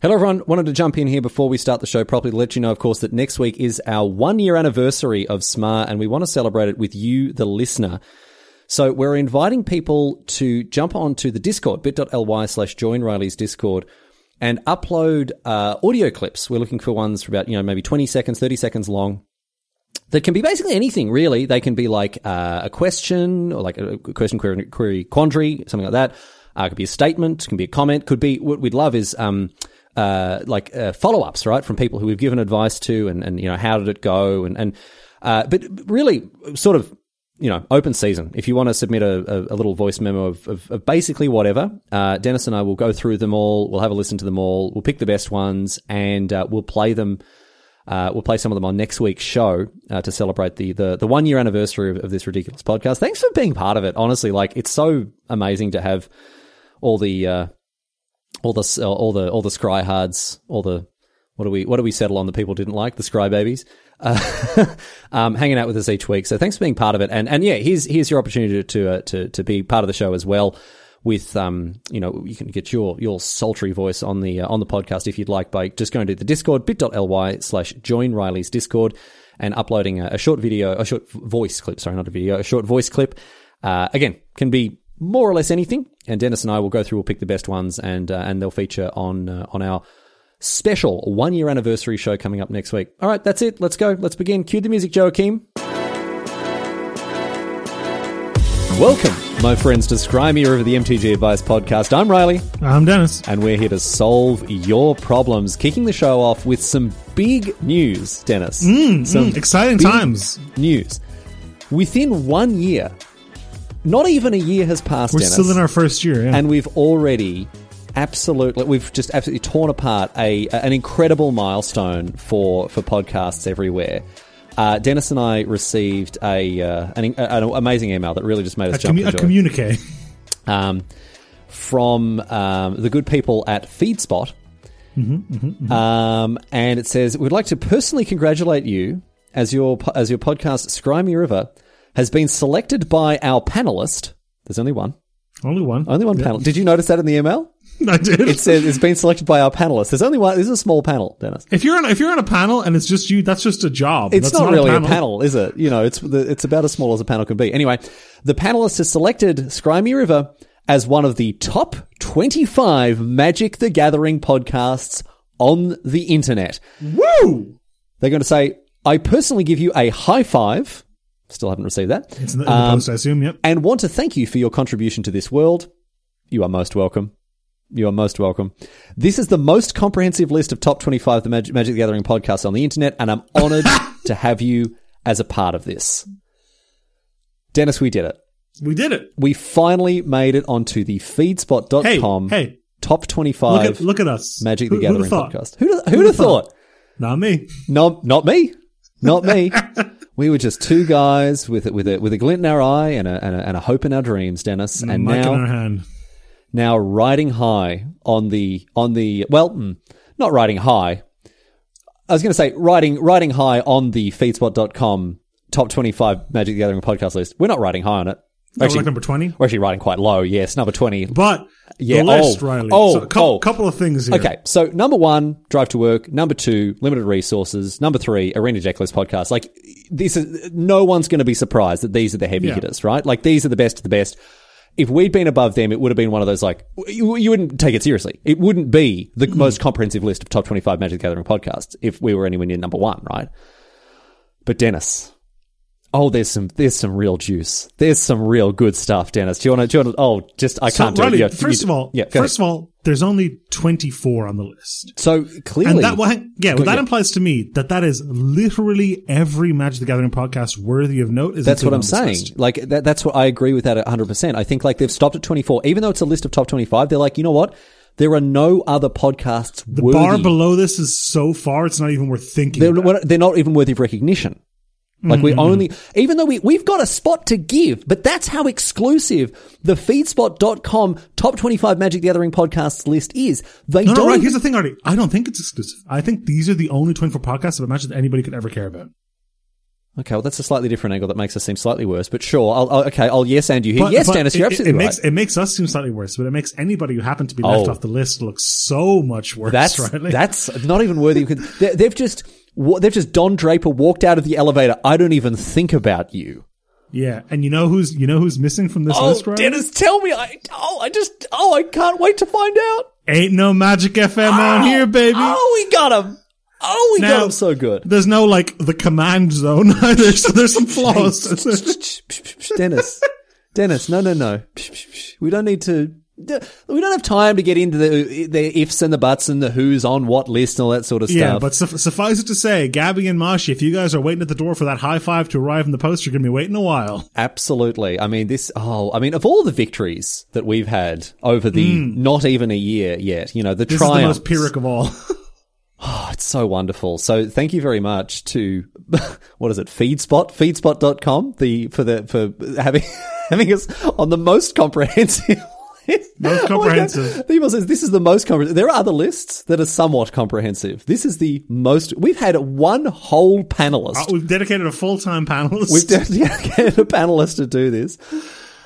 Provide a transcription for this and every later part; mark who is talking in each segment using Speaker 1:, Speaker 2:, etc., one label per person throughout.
Speaker 1: Hello, everyone. Wanted to jump in here before we start the show properly to let you know, of course, that next week is our one year anniversary of SMAR, and we want to celebrate it with you, the listener. So we're inviting people to jump onto the Discord, bit.ly slash join Riley's Discord, and upload uh, audio clips. We're looking for ones for about, you know, maybe 20 seconds, 30 seconds long that can be basically anything, really. They can be like uh, a question or like a question, query, query quandary, something like that. Uh, it could be a statement, can be a comment, could be what we'd love is um, uh, like uh, follow ups, right, from people who we've given advice to, and, and you know how did it go, and and uh, but really sort of you know open season. If you want to submit a, a, a little voice memo of, of, of basically whatever, uh, Dennis and I will go through them all. We'll have a listen to them all. We'll pick the best ones, and uh, we'll play them. Uh, we'll play some of them on next week's show uh, to celebrate the the, the one year anniversary of, of this ridiculous podcast. Thanks for being part of it. Honestly, like it's so amazing to have all the uh, all the all the all the scry hards, all the what do we what do we settle on that people didn't like the scry babies uh, um, hanging out with us each week. So thanks for being part of it. And and yeah, here's here's your opportunity to uh, to to be part of the show as well. With um, you know, you can get your your sultry voice on the uh, on the podcast if you'd like by just going to the Discord bit.ly slash join Riley's Discord and uploading a, a short video, a short voice clip. Sorry, not a video, a short voice clip. Uh, again, can be more or less anything. And Dennis and I will go through, we'll pick the best ones, and uh, and they'll feature on uh, on our special one year anniversary show coming up next week. All right, that's it. Let's go. Let's begin. Cue the music, Joachim. Welcome, my friends, to Scrymier of the MTG Advice Podcast. I'm Riley,
Speaker 2: I'm Dennis.
Speaker 1: and we're here to solve your problems. Kicking the show off with some big news, Dennis. some
Speaker 2: Mm, Exciting
Speaker 1: big
Speaker 2: times.
Speaker 1: news. Within one year, not even a year has passed.
Speaker 2: We're
Speaker 1: Dennis,
Speaker 2: still in our first year. Yeah.
Speaker 1: and we've already absolutely we've just absolutely torn apart a an incredible milestone for for podcasts everywhere. Uh, Dennis and I received a uh, an, an amazing email that really just made us
Speaker 2: a,
Speaker 1: jump
Speaker 2: commu-
Speaker 1: for
Speaker 2: a
Speaker 1: joy.
Speaker 2: communique.
Speaker 1: um, from um, the good people at FeedSpot.
Speaker 2: Mm-hmm,
Speaker 1: Um, and it says, "We'd like to personally congratulate you as your po- as your podcast, Scrimey River, has been selected by our panelist. There's only one,
Speaker 2: Only one.
Speaker 1: only one panel. Did you notice that in the email?
Speaker 2: I did.
Speaker 1: It says Uh, it's been selected by our panelists. There's only one. This is a small panel, Dennis.
Speaker 2: if you're on if you're on a panel and it's just you, that's just a job.
Speaker 1: It's
Speaker 2: That's
Speaker 1: not, really a panel.
Speaker 2: panel.
Speaker 1: is it? You know, it's the, it's about as small as a panel can be. Anyway, the panelist has selected Scrimey River as one of the top 25 Magic the Gathering podcasts on the internet.
Speaker 2: Woo!
Speaker 1: They're going to say, "I personally give you a high five. Still haven't received that.
Speaker 2: It's in the, in the
Speaker 1: Um,
Speaker 2: post, I assume. Yep.
Speaker 1: and want to thank you for your contribution to this world. You are most welcome. You are most welcome. This is the most comprehensive list of top 25 of the Mag- Magic the Gathering podcasts on the internet, and I'm honored to have you as a part of this. Dennis, we did it.
Speaker 2: We did it.
Speaker 1: We finally made it onto the
Speaker 2: Hey,
Speaker 1: feedspot.com
Speaker 2: hey,
Speaker 1: top
Speaker 2: look
Speaker 1: 25
Speaker 2: at, look at us.
Speaker 1: Magic
Speaker 2: Who-
Speaker 1: the Gathering
Speaker 2: who'da thought?
Speaker 1: podcast. Who'd, have- who'd have thought?
Speaker 2: Not me.
Speaker 1: No, not me. Not me. we were just two guys with a, with a, with a glint in our eye and a, and a, and a hope in our dreams, Dennis. And,
Speaker 2: Mic
Speaker 1: now,
Speaker 2: in our hand.
Speaker 1: now riding high on the on the well, mm, not riding high. I was going to say riding riding high on the feedspot.com top 25 Magic the Gathering podcast list. We're not riding high on it. We're
Speaker 2: No,
Speaker 1: actually,
Speaker 2: like number twenty.
Speaker 1: we're actually riding quite low. Yes, number 20.
Speaker 2: But
Speaker 1: Yeah,
Speaker 2: the list,
Speaker 1: oh,
Speaker 2: Riley.
Speaker 1: oh,
Speaker 2: so a couple,
Speaker 1: oh.
Speaker 2: couple of things here.
Speaker 1: Okay, so number one, drive to work. Number two, limited resources. Number three, arena decklist podcast. Like this is no one's going to be surprised that these are the heavy
Speaker 2: Yeah.
Speaker 1: hitters, right? Like these are the best of the best. If we'd been above them, it would have been one of those like you, you wouldn't take it seriously. It wouldn't be
Speaker 2: Mm.
Speaker 1: the most comprehensive list of top twenty-five Magic the Gathering podcasts if we were anywhere near number one, right? But Dennis, oh, there's some there's some real juice. There's some real good stuff, Dennis. Do you want to? Do you want to? Oh, just I
Speaker 2: So,
Speaker 1: can't do
Speaker 2: Riley,
Speaker 1: it. Yeah,
Speaker 2: first
Speaker 1: you-
Speaker 2: of all,
Speaker 1: yeah. go
Speaker 2: first of all, there's only 24 on the list.
Speaker 1: ahead. so clearly,
Speaker 2: And that, well, hang- yeah, well, that
Speaker 1: yeah.
Speaker 2: implies to me that that is literally every Magic the Gathering podcast worthy of note. Is
Speaker 1: That's what
Speaker 2: included on
Speaker 1: I'm
Speaker 2: this
Speaker 1: saying.
Speaker 2: list.
Speaker 1: Like that, that's what I agree with that 100. percent I think like they've stopped at 24, even though it's a list of top 25. They're like, you know what? There are no other podcasts
Speaker 2: The
Speaker 1: worthy.
Speaker 2: bar below this is so far; it's not even worth thinking.
Speaker 1: they're,
Speaker 2: about.
Speaker 1: they're not even worthy of recognition. Like
Speaker 2: Mm-hmm.
Speaker 1: we only, even though we we've got a spot to give, but that's how exclusive the Feedspot.com top 25 Magic the Gathering podcasts list is. They
Speaker 2: no,
Speaker 1: don't.
Speaker 2: no, right.
Speaker 1: even-
Speaker 2: Here's the thing, Artie. I don't think it's exclusive. I think these are the only 24 podcasts about Magic that anybody could ever care about.
Speaker 1: Okay, well, that's a slightly different angle that makes us seem slightly worse, but sure. I'll, I'll, okay, I'll yes and you here.
Speaker 2: But-
Speaker 1: yes,
Speaker 2: but
Speaker 1: Dennis,
Speaker 2: it,
Speaker 1: you're
Speaker 2: it-
Speaker 1: absolutely
Speaker 2: it
Speaker 1: right.
Speaker 2: makes it makes us seem slightly worse, but it makes anybody who happened to be left
Speaker 1: Oh.
Speaker 2: off the list look so much worse.
Speaker 1: That's
Speaker 2: right? Like,
Speaker 1: that's not even worthy. Because they- they've just wa- they've just Don Draper walked out of the elevator. I don't even think about you.
Speaker 2: yeah. And you know who's you know who's missing from this list, right?
Speaker 1: Oh, tell me. I oh, I just oh, I can't wait to find out.
Speaker 2: Ain't no Magic FM
Speaker 1: Oh,
Speaker 2: on here, baby.
Speaker 1: we got him. Oh, we
Speaker 2: Now-
Speaker 1: got him so good.
Speaker 2: There's no like the command zone either, so there's some flaws.
Speaker 1: Dennis, Dennis, no, no, no. We don't need to. We don't have time to get into the the ifs and the buts and the who's on what list and all that sort of stuff.
Speaker 2: Yeah, but suff suffice it to say, Gabby and Mashi, if you guys are waiting at the door for that high five to arrive in the post, you're going to be waiting a while.
Speaker 1: Absolutely. I mean, this, oh, I mean, of all the victories that we've had over the not even a year yet, you know, the
Speaker 2: Hmm. This
Speaker 1: triumph.
Speaker 2: is the most pyrrhic of all.
Speaker 1: oh, it's so wonderful. So thank you very much to, what is it, Feedspot? Feedspot.com, the, for the, for having, having us on the most comprehensive. list.
Speaker 2: Most
Speaker 1: Oh my God.
Speaker 2: comprehensive.
Speaker 1: The email says this is the most comprehensive. There are other lists that are somewhat comprehensive. This is the most. We've had one whole panelist.
Speaker 2: Uh, We've dedicated a full time panelist.
Speaker 1: We've definitely get a panelist to do this.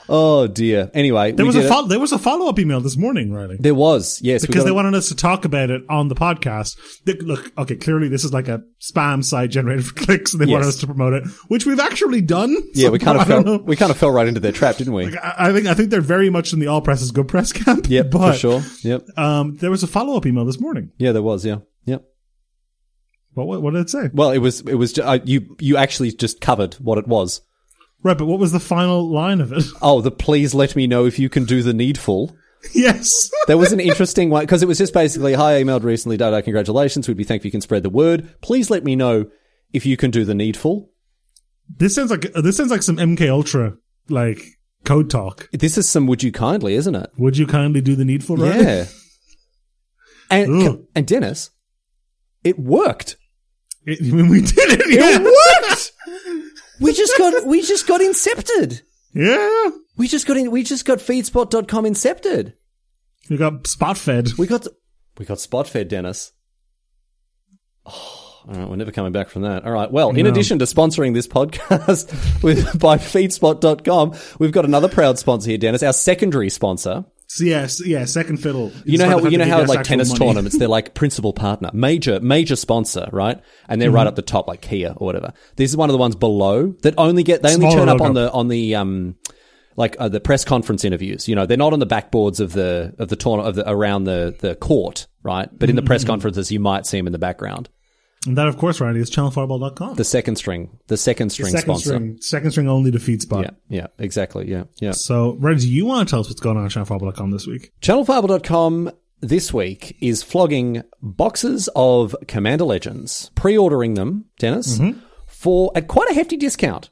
Speaker 1: Oh dear. Anyway,
Speaker 2: there, was a
Speaker 1: it.
Speaker 2: fol- there was a follow up email this morning, Riley.
Speaker 1: There was yes we
Speaker 2: because
Speaker 1: got
Speaker 2: they
Speaker 1: a-
Speaker 2: wanted us to talk about it on the podcast. They- look, okay, clearly this is like a spam site generated for clicks, and they wanted
Speaker 1: Yes.
Speaker 2: us to promote it, which we've actually done.
Speaker 1: yeah
Speaker 2: So
Speaker 1: we kind
Speaker 2: I
Speaker 1: of
Speaker 2: don't
Speaker 1: fell
Speaker 2: know.
Speaker 1: we kind of fell right into their trap, didn't we?
Speaker 2: I I think I think they're very much in the all press is good press camp.
Speaker 1: Yep,
Speaker 2: but,
Speaker 1: for sure. Yep.
Speaker 2: Um, there was a follow up email this morning.
Speaker 1: Yeah, there was. Yeah. Yep.
Speaker 2: What, what what did it say?
Speaker 1: Well, it was it was ju- uh, you you actually just covered what it was.
Speaker 2: Right, but what was the final line of it?
Speaker 1: Oh, the please let me know if you can do the needful.
Speaker 2: yes.
Speaker 1: There was an interesting one because it was just basically hi I emailed recently, da da congratulations. We'd be thankful if you can spread the word. Please let me know if you can do the needful.
Speaker 2: this sounds like this sounds like some MK Ultra like code talk.
Speaker 1: This is some would you kindly, isn't it?
Speaker 2: Would you kindly do the needful? Right?
Speaker 1: Yeah. And
Speaker 2: Ugh.
Speaker 1: and Dennis, it worked.
Speaker 2: It- I mean, we did it.
Speaker 1: It
Speaker 2: Yeah.
Speaker 1: worked. we just got we just got incepted.
Speaker 2: yeah.
Speaker 1: We just got in, we just got feedspot.com incepted.
Speaker 2: We got spot fed.
Speaker 1: We got we got spot fed, Dennis. Oh, all right, we're never coming back from that. All right. Well, in
Speaker 2: No.
Speaker 1: addition to sponsoring this podcast with by feedspot.com, we've got another proud sponsor here, Dennis, our secondary sponsor.
Speaker 2: So yes, yeah, second fiddle.
Speaker 1: You know
Speaker 2: Despite the
Speaker 1: how
Speaker 2: fact
Speaker 1: you know
Speaker 2: that they
Speaker 1: how at,
Speaker 2: gave us
Speaker 1: like
Speaker 2: actual
Speaker 1: tennis
Speaker 2: money.
Speaker 1: tournaments, they're like principal partner, major major sponsor, right? And they're
Speaker 2: Mm-hmm.
Speaker 1: right up the top, like Kia or whatever. This is one of the ones below that only get they only
Speaker 2: Smaller
Speaker 1: turn up on
Speaker 2: logo.
Speaker 1: the on the um like uh, the press conference interviews. You know, they're not on the backboards of the of the tourna- of the around the the court, right? But in the
Speaker 2: Mm-hmm.
Speaker 1: press conferences, you might see them in the background.
Speaker 2: And that, of course, Riley is channelfireball.com.
Speaker 1: The second string, the second string
Speaker 2: second
Speaker 1: sponsor.
Speaker 2: string, second string only defeat spot.
Speaker 1: Yeah, yeah, exactly. Yeah, yeah.
Speaker 2: So, Red, do you want to tell us what's going on at channelfireball.com this week?
Speaker 1: Channelfireball.com this week is flogging boxes of Commander Legends, pre-ordering them, Dennis,
Speaker 2: Mm-hmm.
Speaker 1: for at quite a hefty discount.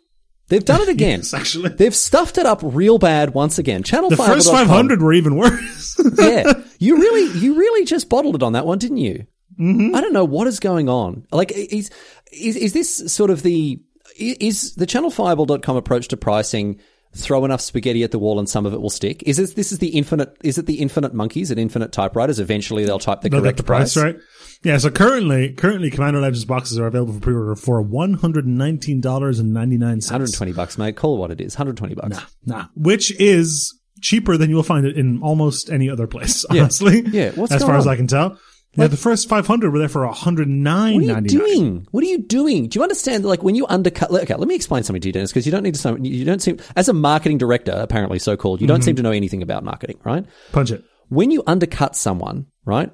Speaker 1: They've done it again.
Speaker 2: actually.
Speaker 1: They've stuffed it up real bad once again. Channel
Speaker 2: The first 500 were even worse.
Speaker 1: yeah, you really, you really just bottled it on that one, didn't you? Mm-hmm. I don't know what is going on. Like, is is, is this sort of the i- is the channelfireball.com approach to pricing? Throw enough spaghetti at the wall and some of it will stick. Is this this is the infinite? Is it the infinite monkeys and infinite typewriters? Eventually they'll type the
Speaker 2: They'll
Speaker 1: correct
Speaker 2: get the price, right? Yeah, so currently, currently Commander Legends boxes are available for pre-order for $119.99.
Speaker 1: Hundred twenty bucks, mate. Call it what it is. Hundred twenty bucks.
Speaker 2: Nah. Which is cheaper than you will find it in almost any other place, honestly.
Speaker 1: Yeah, what's
Speaker 2: As
Speaker 1: going
Speaker 2: far as
Speaker 1: on?
Speaker 2: I can tell. Yeah, the first 500 were there for $109.99.
Speaker 1: What are you doing? What are you doing? Do you understand? Like when you undercut. like, Okay, let me explain something to you, Dennis, because you don't need to. know- You don't seem, as a marketing director, apparently so called, you don't
Speaker 2: Mm-hmm.
Speaker 1: seem to know anything about marketing, right?
Speaker 2: Punch it.
Speaker 1: When you undercut someone, right,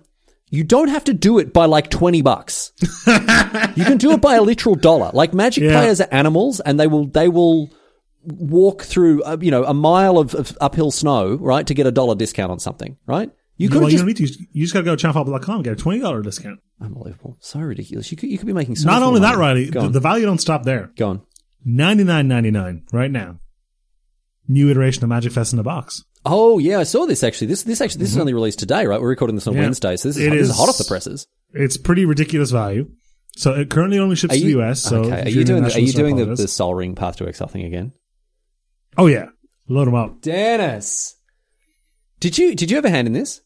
Speaker 1: you don't have to do it by like twenty bucks. you can do it by a literal dollar. Like Magic
Speaker 2: Yeah.
Speaker 1: players are animals, and they will they will walk through uh, you know a mile of, of uphill snow, right, to get a dollar discount on something, right? You could
Speaker 2: Well,
Speaker 1: just
Speaker 2: you don't need to. use- You just got to go to channelfireball.com and get a $20 discount.
Speaker 1: unbelievable, so ridiculous. You could you could be making so
Speaker 2: Not
Speaker 1: much more
Speaker 2: only that,
Speaker 1: money.
Speaker 2: Riley,
Speaker 1: Go
Speaker 2: the,
Speaker 1: on.
Speaker 2: the value don't stop there.
Speaker 1: Go on.
Speaker 2: Ninety nine ninety nine right now. New iteration of Magic Fest in the box.
Speaker 1: Oh yeah, I saw this actually. This this actually this is only released today, right? We're recording this on
Speaker 2: Mm-hmm. Yeah.
Speaker 1: Wednesday, so this is,
Speaker 2: It
Speaker 1: this is
Speaker 2: is-
Speaker 1: hot off the presses.
Speaker 2: It's pretty ridiculous value. So it currently only ships to the US. So
Speaker 1: okay,
Speaker 2: if
Speaker 1: are
Speaker 2: you're
Speaker 1: you doing
Speaker 2: an
Speaker 1: the, are
Speaker 2: international
Speaker 1: you doing the,
Speaker 2: star,
Speaker 1: the Sol Ring Path to Exile thing again?
Speaker 2: Oh yeah, load them up.
Speaker 1: Dennis, did you did you have a hand in this?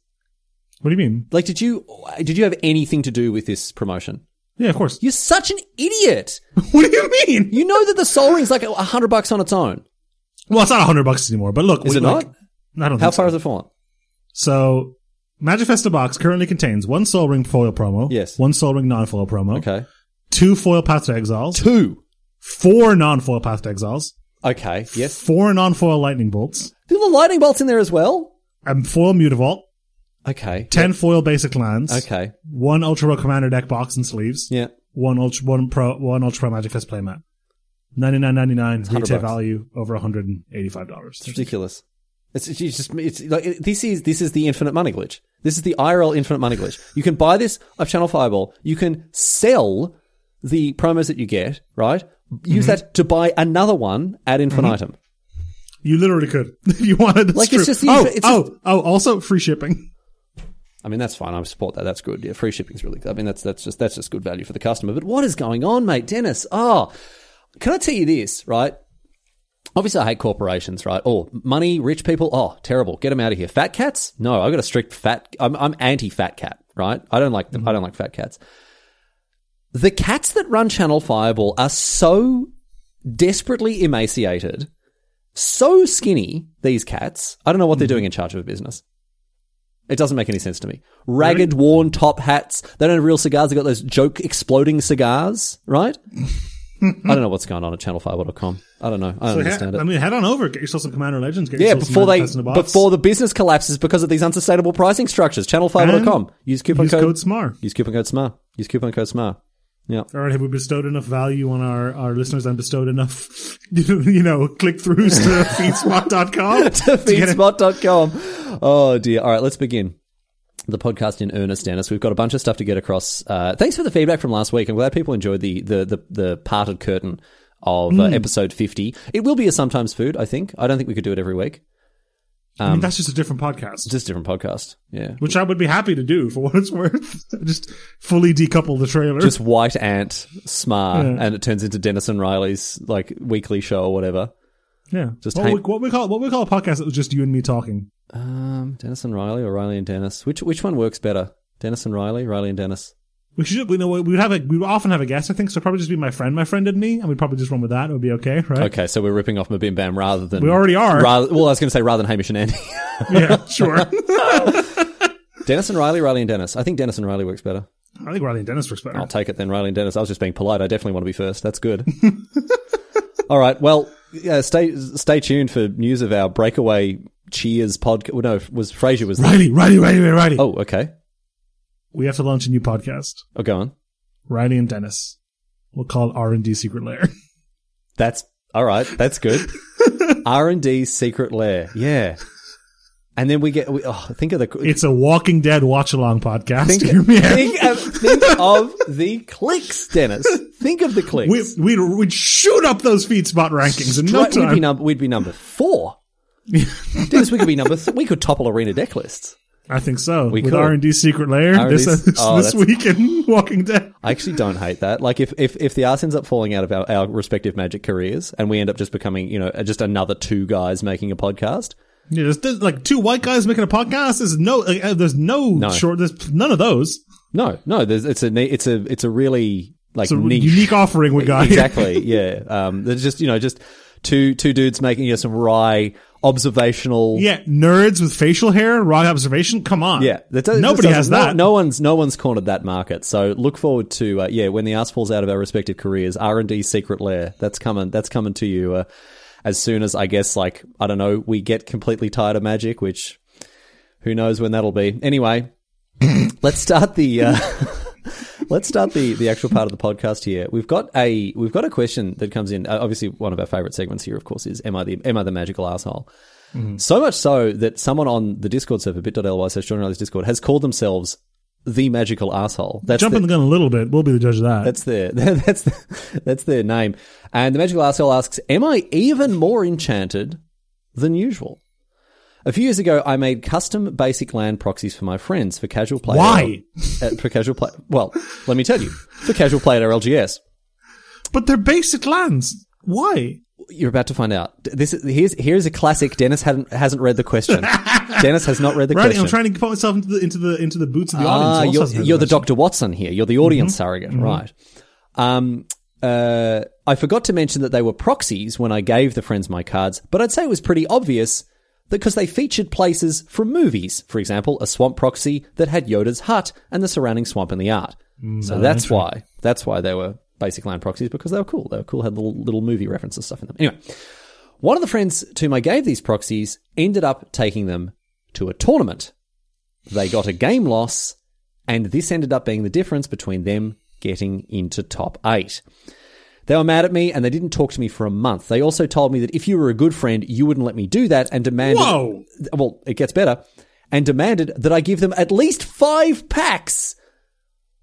Speaker 2: What do you mean?
Speaker 1: Like, did you did you have anything to do with this promotion?
Speaker 2: Yeah, of course.
Speaker 1: You're such an idiot.
Speaker 2: what do you mean?
Speaker 1: You know that the Soul Ring's like a hundred bucks on its own.
Speaker 2: Well, it's not a hundred bucks anymore. But look,
Speaker 1: Is
Speaker 2: we-
Speaker 1: it
Speaker 2: like-
Speaker 1: not?
Speaker 2: I don't
Speaker 1: How
Speaker 2: think so.
Speaker 1: far has it fallen?
Speaker 2: So, Magifesta box currently contains one Soul Ring foil promo.
Speaker 1: Yes.
Speaker 2: One Soul Ring non foil promo.
Speaker 1: Okay.
Speaker 2: Two foil Path to Exiles.
Speaker 1: Two.
Speaker 2: Four non foil Path to Exiles.
Speaker 1: Okay. Yes.
Speaker 2: Four non foil Lightning Bolts.
Speaker 1: Do the lightning bolts in there as well?
Speaker 2: And foil Mutavault.
Speaker 1: Okay.
Speaker 2: Ten foil basic lands.
Speaker 1: Okay.
Speaker 2: One Ultra Rogue Commander deck box and sleeves.
Speaker 1: Yeah.
Speaker 2: One Ultra one Pro one Ultra Pro Magicus playmat. Ninety nine ninety nine
Speaker 1: 100
Speaker 2: retail
Speaker 1: bucks.
Speaker 2: value over hundred and eighty five dollars.
Speaker 1: It's ridiculous. It's, it's just it's like it- this is this is the infinite money glitch. This is the IRL infinite money glitch. You can buy this off Channel Fireball. You can sell the promos that you get. Right. Use that to buy another one ad infinitum.
Speaker 2: You literally could if you wanted. That's
Speaker 1: Like,
Speaker 2: true.
Speaker 1: it's just the-
Speaker 2: oh
Speaker 1: it's
Speaker 2: oh oh. Also free shipping.
Speaker 1: I mean, that's fine. I support that. That's good. Yeah, free shipping's really. I mean, that's that's just that's just good value for the customer. But what is going on, mate, Dennis? Oh, can I tell you this? Right. Obviously, I hate corporations, right? Oh, money, rich people. Oh, terrible. Get them out of here. Fat cats? No, I've got a strict fat. I'm, I'm anti-fat cat, right? I don't like them. I don't like fat cats. The cats that run Channel Fireball are so desperately emaciated, so skinny. These cats. I don't know what
Speaker 2: Mm-hmm.
Speaker 1: they're doing in charge of a business. It doesn't make any sense to me. Ragged, worn top hats. They don't have real cigars. They've got those joke exploding cigars, right? I don't know what's going on at channelfireball.com. I don't know. I don't
Speaker 2: So he-
Speaker 1: understand it.
Speaker 2: I mean, head on over, get yourself some Commander Legends. Get
Speaker 1: yeah,
Speaker 2: yourself some
Speaker 1: before they
Speaker 2: Manifest in a box.
Speaker 1: before the business collapses because of these unsustainable pricing structures. Channelfireball.com. Use coupon
Speaker 2: use
Speaker 1: code,
Speaker 2: code SMAR.
Speaker 1: Use coupon code SMAR. Use coupon code SMAR. Yeah.
Speaker 2: All right, have we bestowed enough value on our, our listeners and bestowed enough, you know, click throughs to feedspot.com?
Speaker 1: to feedspot.com. Oh dear. All right, let's begin the podcast in earnest, Dennis. We've got a bunch of stuff to get across. Uh, thanks for the feedback from last week. I'm glad people enjoyed the the the, the parted curtain of uh, episode 50. It will be a sometimes food, I think. I don't think we could do it every week.
Speaker 2: I
Speaker 1: Um,
Speaker 2: mean, that's just a different podcast,
Speaker 1: Just a different podcast. Yeah.
Speaker 2: which I would be happy to do for what it's worth. just fully decouple the trailer.
Speaker 1: Just white ant smar, and it turns into Dennis and Riley's like weekly show or whatever.
Speaker 2: yeah.
Speaker 1: just
Speaker 2: what,
Speaker 1: hang-
Speaker 2: we, what we call what we call a podcast that was just you and me talking.
Speaker 1: Um, Dennis and Riley or Riley and Dennis. Which which one works better? Dennis and Riley, Riley and Dennis.
Speaker 2: We should, we know, we would have a, we would often have a guest, I think, so it'd probably just be my friend, my friend and me, and we'd probably just run with that. It would be okay, right?
Speaker 1: Okay, so we're ripping off Mabim Bam rather than
Speaker 2: We already are.
Speaker 1: Rather, well, I was going to say rather than Hamish and Andy.
Speaker 2: Yeah, sure. I
Speaker 1: Dennis and Riley, Riley and Dennis. I think Dennis and Riley works better.
Speaker 2: think Riley and Dennis works better.
Speaker 1: I'll take it then, Riley and Dennis. I was just being polite. I definitely want to be first. That's good. All right. Well, yeah, stay stay tuned for news of our breakaway Cheers podcast. No, was Frasier was.
Speaker 2: Riley, Riley, Riley, Riley, Riley.
Speaker 1: Oh, okay.
Speaker 2: We have to launch a new podcast.
Speaker 1: Oh, go on.
Speaker 2: Riley and Dennis. We'll call it R and D Secret Lair.
Speaker 1: That's all right. That's good. R and D secret lair. Yeah. And then we get. We, oh, think of the
Speaker 2: It's a Walking Dead watch along podcast.
Speaker 1: Think,
Speaker 2: Hear me out.
Speaker 1: think of, think of the clicks, Dennis. Think of the clicks.
Speaker 2: we, we'd, we'd shoot up those feed spot rankings in no
Speaker 1: Right, we'd, be
Speaker 2: time.
Speaker 1: number, we'd be number four. Dennis, we could be number. Th- we could topple arena deck lists.
Speaker 2: I think so. With
Speaker 1: could.
Speaker 2: R and D Secret Lair
Speaker 1: R&D
Speaker 2: this, this,
Speaker 1: oh,
Speaker 2: this
Speaker 1: that's-
Speaker 2: week in Walking Dead.
Speaker 1: I actually don't hate that. Like if if if the arse ends up falling out of our, our respective magic careers, and we end up just becoming you know just another two guys making a podcast.
Speaker 2: Yeah, there's, there's like two white guys making a podcast. There's no, like, uh, there's no, short. There's none of those.
Speaker 1: No, no, there's, it's a ne- it's a it's a really like
Speaker 2: It's a
Speaker 1: niche.
Speaker 2: unique offering we got. here.
Speaker 1: exactly. Yeah. Um. There's just you know just two two dudes making you know, some wry observational.
Speaker 2: Yeah, nerds with facial hair, raw observation. Come on.
Speaker 1: Yeah, that does,
Speaker 2: nobody
Speaker 1: that
Speaker 2: has
Speaker 1: does- no-
Speaker 2: that.
Speaker 1: No, one's no one's cornered that market. So look forward to uh, yeah when the ass falls out of our respective careers. R and D secret lair that's coming that's coming to you uh, as soon as I guess like I don't know we get completely tired of magic, which who knows when that'll be. Anyway, let's start the. Uh, Let's start the, the actual part of the podcast here. We've got a we've got a question that comes in. Uh, obviously, one of our favorite segments here, of course, is "Am I the Am I the Magical Asshole?" So much so that someone on the Discord server, bit.ly slash John Riley's Discord, has called themselves the magical asshole. That's
Speaker 2: Jumping
Speaker 1: the-
Speaker 2: the gun a little bit. We'll be the judge of that.
Speaker 1: that's their that's the, that's their name. And the magical asshole asks, "Am I even more enchanted than usual?" A few years ago, I made custom basic land proxies for my friends for casual play.
Speaker 2: Why?
Speaker 1: Uh, for casual play. Well, let me tell you, for casual play at our LGS.
Speaker 2: but they're basic lands. Why?
Speaker 1: You're about to find out. This is, here's here's a classic. Dennis hadn't hasn't read the question. Dennis has not read the
Speaker 2: right,
Speaker 1: question.
Speaker 2: I'm trying to put myself into the into the into the boots of the audience.
Speaker 1: ah,
Speaker 2: who also
Speaker 1: you're,
Speaker 2: hasn't read
Speaker 1: you're the
Speaker 2: question.
Speaker 1: Dr. Watson here. You're the audience
Speaker 2: Mm-hmm.
Speaker 1: surrogate, right? Um, uh, I forgot to mention that they were proxies when I gave the friends my cards, but I'd say it was pretty obvious because they featured places from movies. For example, a swamp proxy that had Yoda's hut and the surrounding swamp in the art.
Speaker 2: Mm,
Speaker 1: so that's why that's why they were basic land proxies because they were cool. They were cool, had little little movie references stuff in them. Anyway, one of the friends to whom I gave these proxies ended up taking them to a tournament. They got a game loss, and this ended up being the difference between them getting into top eight. They were mad at me and they didn't talk to me for a month. They also told me that if you were a good friend, you wouldn't let me do that and demanded.
Speaker 2: Whoa!
Speaker 1: Well, it gets better. And demanded that I give them at least five packs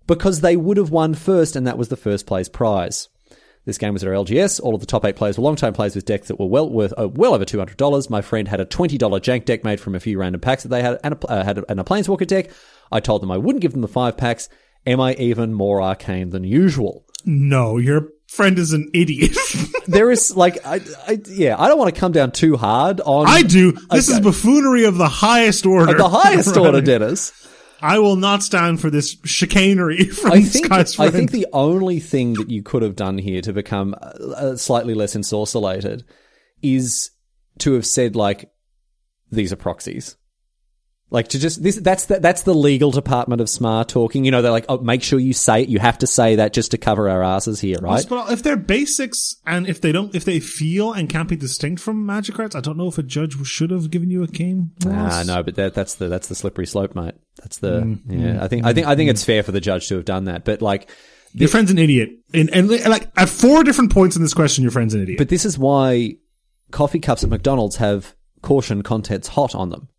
Speaker 1: because they would have won first, and that was the first place prize. This game was at our LGS. All of the top eight players were long-time players with decks that were well worth uh, well over two hundred dollars. My friend had a twenty dollar jank deck made from a few random packs that they had, and a, uh, had a, and a planeswalker deck. I told them I wouldn't give them the five packs. Am I even more arcane than usual?
Speaker 2: No, your friend is an idiot.
Speaker 1: There is like, I, I yeah, I don't want to come down too hard on
Speaker 2: I do. This is buffoonery of the highest order.
Speaker 1: the highest order, Dennis.
Speaker 2: I will not stand for this chicanery from
Speaker 1: I
Speaker 2: this
Speaker 1: think
Speaker 2: guy's
Speaker 1: I
Speaker 2: friend.
Speaker 1: think the only thing that you could have done here to become uh, uh, slightly less ensorcellated is to have said like these are proxies. Like to just this that's the, that's the legal department of SMAR talking. You know they're like oh make sure you say it. You have to say that just to cover our asses here, right?
Speaker 2: But if they're basics and if they don't, if they feel and can't be distinct from magic cards, I don't know if a judge should have given you a game.
Speaker 1: Ah,
Speaker 2: loss.
Speaker 1: no, but that, that's the that's the slippery slope, mate. That's the yeah. I think I think I think it's fair for the judge to have done that, but like
Speaker 2: Your friend's an idiot. And, and like at four different points in this question, your friend's an idiot.
Speaker 1: But this is why coffee cups at McDonald's have caution contents hot on them.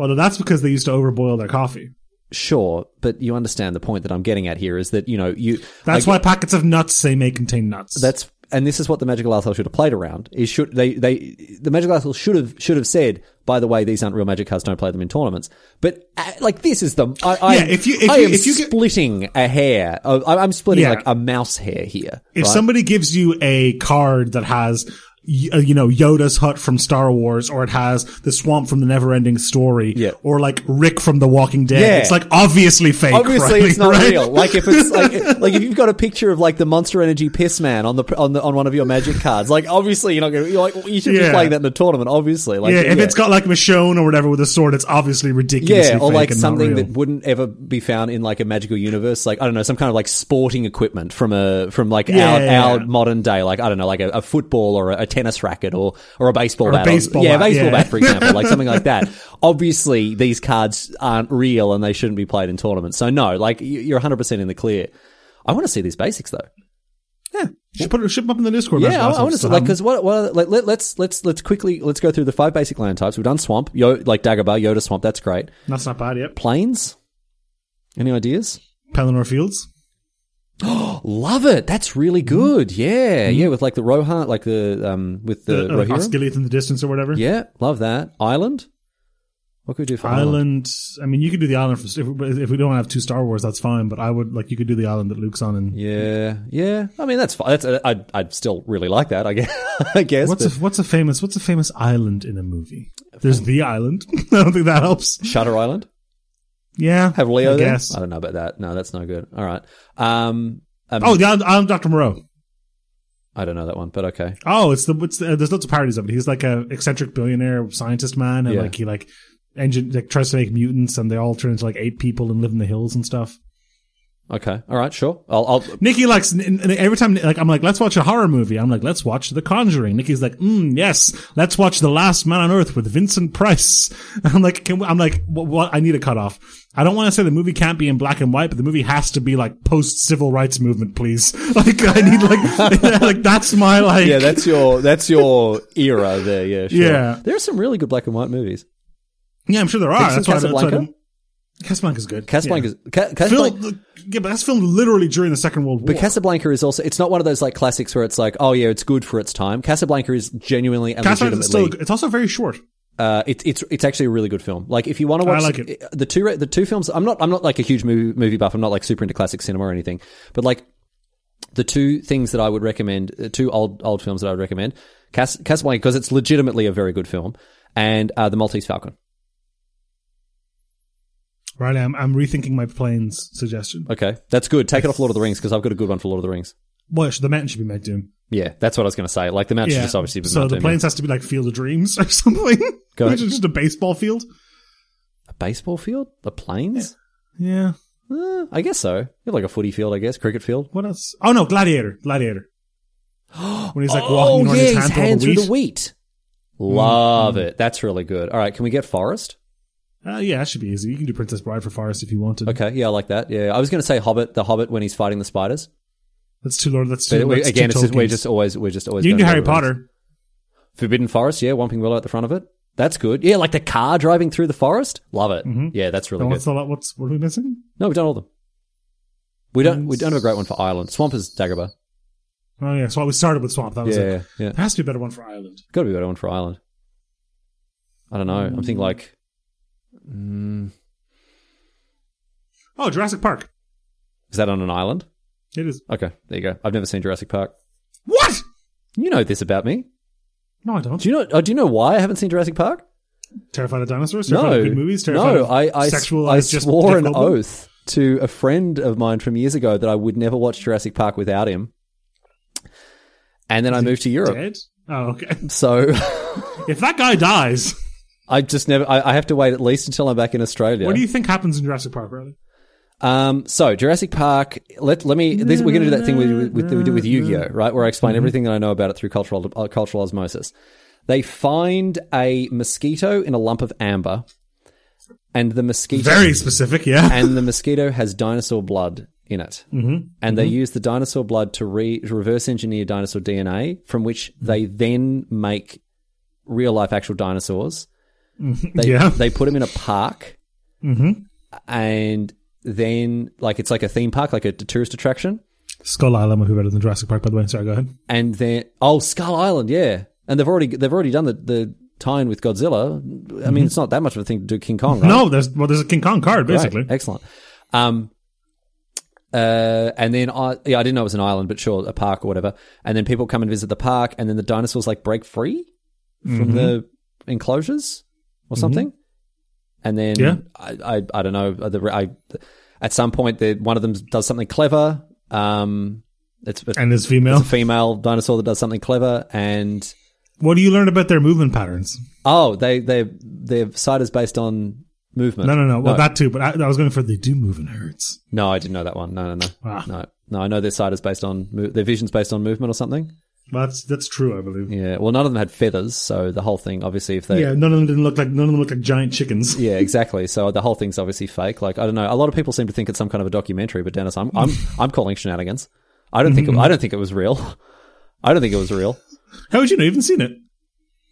Speaker 2: well, that's because they used to overboil their coffee.
Speaker 1: Sure, but you understand the point that I'm getting at here is that, you know, you
Speaker 2: That's why packets of nuts say may contain nuts.
Speaker 1: that's and this is what the magical asshole should have played around. Is should they they the magical asshole should have should have said, by the way, these aren't real magic cards, don't play them in tournaments. But uh, like this is the I, I
Speaker 2: Yeah, if you- if
Speaker 1: I
Speaker 2: you-
Speaker 1: am
Speaker 2: if you get-
Speaker 1: splitting a hair. Of, I, I'm splitting
Speaker 2: Yeah.
Speaker 1: like a mouse hair here.
Speaker 2: If
Speaker 1: right?
Speaker 2: somebody gives you a card that has, y- uh, you know, Yoda's hut from Star Wars, or it has the swamp from the Neverending Story,
Speaker 1: Yeah.
Speaker 2: or like Rick from The Walking Dead,
Speaker 1: Yeah.
Speaker 2: it's like obviously fake.
Speaker 1: Obviously,
Speaker 2: right?
Speaker 1: it's not
Speaker 2: Right?
Speaker 1: real. Like if it's like, like if you've got a picture of like the Monster Energy Piss Man on the on the on one of your magic cards, like obviously you're not going. to You're like you should be
Speaker 2: Yeah.
Speaker 1: playing that in a tournament. Obviously, like
Speaker 2: Yeah, if it's got like Michonne or whatever with a sword, it's obviously ridiculous.
Speaker 1: yeah, or like
Speaker 2: and
Speaker 1: something
Speaker 2: not real.
Speaker 1: that wouldn't ever be found in like a magical universe, like I don't know, some kind of like sporting equipment from a from like
Speaker 2: Yeah,
Speaker 1: our,
Speaker 2: yeah,
Speaker 1: our
Speaker 2: yeah.
Speaker 1: modern day, like I don't know, like a, a football or a, a tennis racket or or a baseball
Speaker 2: a
Speaker 1: bat,
Speaker 2: baseball
Speaker 1: yeah,
Speaker 2: bat,
Speaker 1: baseball
Speaker 2: yeah.
Speaker 1: bat for example, like something like that. Obviously, these cards aren't real and they shouldn't be played in tournaments. So no, like you- you're 100 percent in the clear. I want to see these basics though.
Speaker 2: yeah, should put, should put them up in the Discord.
Speaker 1: Yeah, I, I want to like
Speaker 2: um,
Speaker 1: because what, what are- like let, let's let's let's quickly let's go through the five basic land types. We've done swamp, yo, like Dagobah, Yoda swamp. That's great.
Speaker 2: that's not bad yet.
Speaker 1: Plains. Any ideas?
Speaker 2: Pelennor Fields.
Speaker 1: Love it. That's really good. Yeah, yeah. With like the Rohan, like the um, with the
Speaker 2: Uh, like
Speaker 1: Rohirrim.
Speaker 2: Osgiliath in the distance or whatever.
Speaker 1: yeah, love that island. What could we do for island?
Speaker 2: Island. I mean, you could do the island from if we, if we don't have two Star Wars, that's fine. But I would like you could do the island that Luke's on. And
Speaker 1: Yeah, yeah. I mean, that's fine. That's uh, I'd, I'd still really like that. I guess. I guess.
Speaker 2: what's
Speaker 1: but
Speaker 2: a what's a famous what's a famous island in a movie? There's the island. I don't think that helps.
Speaker 1: Shutter Island.
Speaker 2: Yeah,
Speaker 1: Have Leo
Speaker 2: I
Speaker 1: there.
Speaker 2: guess.
Speaker 1: I don't know about that. No, that's no good. All right. Um, um,
Speaker 2: Oh, the island, island Doctor Moreau.
Speaker 1: I don't know that one, but okay.
Speaker 2: Oh, it's the it's the, there's lots of parodies of it. He's like a eccentric billionaire scientist man, and
Speaker 1: Yeah.
Speaker 2: like he like engine like tries to make mutants, and they all turn into like eight people and live in the hills and stuff.
Speaker 1: Okay. All right. Sure. I'll. I'll
Speaker 2: Nikki likes n- n- every time like I'm like let's watch a horror movie. I'm like let's watch The Conjuring. Nikki's like mm, yes, let's watch The Last Man on Earth with Vincent Price. I'm like can we, I'm like what, what I need a cutoff. I don't want to say the movie can't be in black and white, but the movie has to be like post civil rights movement, please. Like I need like like that's my like
Speaker 1: yeah, that's your that's your era there. Yeah. Sure.
Speaker 2: Yeah.
Speaker 1: There are some really good black and white movies.
Speaker 2: yeah I'm sure there are.
Speaker 1: Have you
Speaker 2: That's
Speaker 1: seen
Speaker 2: why, that's why I
Speaker 1: Casablanca?
Speaker 2: don't- Casablanca's good.
Speaker 1: Casablanca's Ca-
Speaker 2: Yeah.
Speaker 1: Casablanca.
Speaker 2: Film, yeah, but that's filmed literally during the Second World War.
Speaker 1: But Casablanca is also it's not one of those like classics where it's like oh yeah it's good for its time. Casablanca is genuinely and
Speaker 2: Casablanca's still
Speaker 1: legitimately
Speaker 2: it's also very short.
Speaker 1: uh, it's it's it's actually a really good film. Like if you want to watch
Speaker 2: like it.
Speaker 1: the two re- the two films, I'm not I'm not like a huge movie movie buff. I'm not like super into classic cinema or anything. But like the two things that I would recommend, uh, two old old films that I would recommend, Cas- Casablanca because it's legitimately a very good film, and uh, the Maltese Falcon.
Speaker 2: Right, I'm, I'm rethinking my planes suggestion.
Speaker 1: Okay, that's good. Take it off Lord of the Rings because I've got a good one for Lord of the Rings.
Speaker 2: Well, the mountain should be Mad Doom.
Speaker 1: Yeah, that's what I was going to say. Like the mountain
Speaker 2: Yeah.
Speaker 1: just obviously was
Speaker 2: so
Speaker 1: not
Speaker 2: the
Speaker 1: doing
Speaker 2: planes has to be like Field of Dreams or something.
Speaker 1: Go
Speaker 2: Which
Speaker 1: ahead.
Speaker 2: is just a baseball field.
Speaker 1: a baseball field, the plains.
Speaker 2: Yeah.
Speaker 1: Eh, I guess so. You have like a footy field, I guess, cricket field.
Speaker 2: What else? Oh no, Gladiator. Gladiator. when he's like
Speaker 1: oh
Speaker 2: walking on
Speaker 1: yeah,
Speaker 2: his hand,
Speaker 1: his
Speaker 2: through all
Speaker 1: hand
Speaker 2: the
Speaker 1: through
Speaker 2: wheat.
Speaker 1: the wheat. Love it. That's really good. All right, can we get forest?
Speaker 2: Uh, yeah, that should be easy. You can do Princess Bride for Forest if you wanted.
Speaker 1: Okay, yeah, I like that. Yeah, I was going to say Hobbit, the Hobbit when he's fighting the spiders.
Speaker 2: That's too Lord. That's
Speaker 1: But
Speaker 2: too.
Speaker 1: we-
Speaker 2: that's
Speaker 1: again,
Speaker 2: too
Speaker 1: it's just, we're
Speaker 2: Tolkien's.
Speaker 1: just always we're just always
Speaker 2: You can do
Speaker 1: going
Speaker 2: Harry
Speaker 1: Lord of the Rings.
Speaker 2: Potter.
Speaker 1: Forbidden Forest, yeah, Whomping Willow at the front of it. That's good. Yeah, like the car driving through the forest. Love it.
Speaker 2: Mm-hmm.
Speaker 1: Yeah, that's really
Speaker 2: And
Speaker 1: good.
Speaker 2: what's the lot? What's what are we missing?
Speaker 1: No, we've done all of them. We don't. We don't have a great one for Ireland. Swamp is Dagobah.
Speaker 2: Oh yeah, so we started with Swamp. That was
Speaker 1: Yeah,
Speaker 2: it.
Speaker 1: yeah, yeah.
Speaker 2: There has to be a better one for Ireland.
Speaker 1: Got to be a better one for Ireland. I don't know. I'm thinking
Speaker 2: Mm.
Speaker 1: like
Speaker 2: Oh, Jurassic Park.
Speaker 1: Is that on an island?
Speaker 2: It is.
Speaker 1: Okay, there you go. I've never seen Jurassic Park.
Speaker 2: What?
Speaker 1: You know this about me.
Speaker 2: No, I don't.
Speaker 1: Do you know? Uh, do you know why I haven't seen Jurassic Park?
Speaker 2: Terrified of dinosaurs? Terrified
Speaker 1: No,
Speaker 2: of good movies? Terrified
Speaker 1: no.
Speaker 2: of
Speaker 1: I I, I
Speaker 2: sexualized just
Speaker 1: swore
Speaker 2: Jeff
Speaker 1: an
Speaker 2: Goldblum?
Speaker 1: oath to a friend of mine from years ago that I would never watch Jurassic Park without him. And then I moved to Europe,
Speaker 2: Dead? Oh, okay.
Speaker 1: so
Speaker 2: If that guy dies,
Speaker 1: I just never. I, I have to wait at least until I'm back in Australia.
Speaker 2: what do you think happens in Jurassic Park, Riley?
Speaker 1: Um, so Jurassic Park. Let let me. This, we're going to do that thing with with, with, we did with Yu-Gi-Oh, right? Where I explain everything that I know about it through cultural uh, cultural osmosis. They find a mosquito in a lump of amber, and the mosquito
Speaker 2: Very specific, yeah.
Speaker 1: and the mosquito has dinosaur blood in it, mm-hmm. and they use the dinosaur blood to re- to reverse engineer dinosaur DNA, from which they then make real life actual dinosaurs. They,
Speaker 2: Yeah.
Speaker 1: they put them in a park, Mm-hmm. and then like it's like a theme park, like a tourist attraction,
Speaker 2: Skull Island would be better than Jurassic Park, by the way. Sorry, go ahead.
Speaker 1: and then oh Skull Island, yeah, and they've already they've already done the the tie in with Godzilla. I mean, it's not that much of a thing to do King Kong, right?
Speaker 2: No, there's well, there's a King Kong card, basically.
Speaker 1: Right. Excellent. Um, uh, and then I, yeah, I didn't know it was an island, but sure, a park or whatever. And then people come and visit the park, and then the dinosaurs like break free from
Speaker 2: Mm-hmm.
Speaker 1: the enclosures or something. And then
Speaker 2: Yeah.
Speaker 1: I, I, I don't know. uh, The, I, at some point, the, one of them does something clever. Um, it's, it's
Speaker 2: And there's
Speaker 1: a
Speaker 2: female.
Speaker 1: female dinosaur that does something clever, and
Speaker 2: What do you learn about their movement patterns?
Speaker 1: oh, they they their site is based on movement.
Speaker 2: No, no, no. Well, that too, but I, I was going for they do move in herds.
Speaker 1: No, I didn't know that one. No, no, no,
Speaker 2: Ah.
Speaker 1: no, no. I know their sight is based on mo- their vision's based on movement or something.
Speaker 2: Well, that's that's true, I believe.
Speaker 1: Yeah. Well, none of them had feathers, so the whole thing, obviously, if they,
Speaker 2: Yeah, none of them didn't look like none of them looked like giant chickens.
Speaker 1: Yeah, exactly. So the whole thing's obviously fake. Like I don't know. A lot of people seem to think it's some kind of a documentary, but Dennis, I'm I'm I'm calling shenanigans. I don't think it, I don't think it was real. I don't think it was real.
Speaker 2: How would you know? You haven't seen it.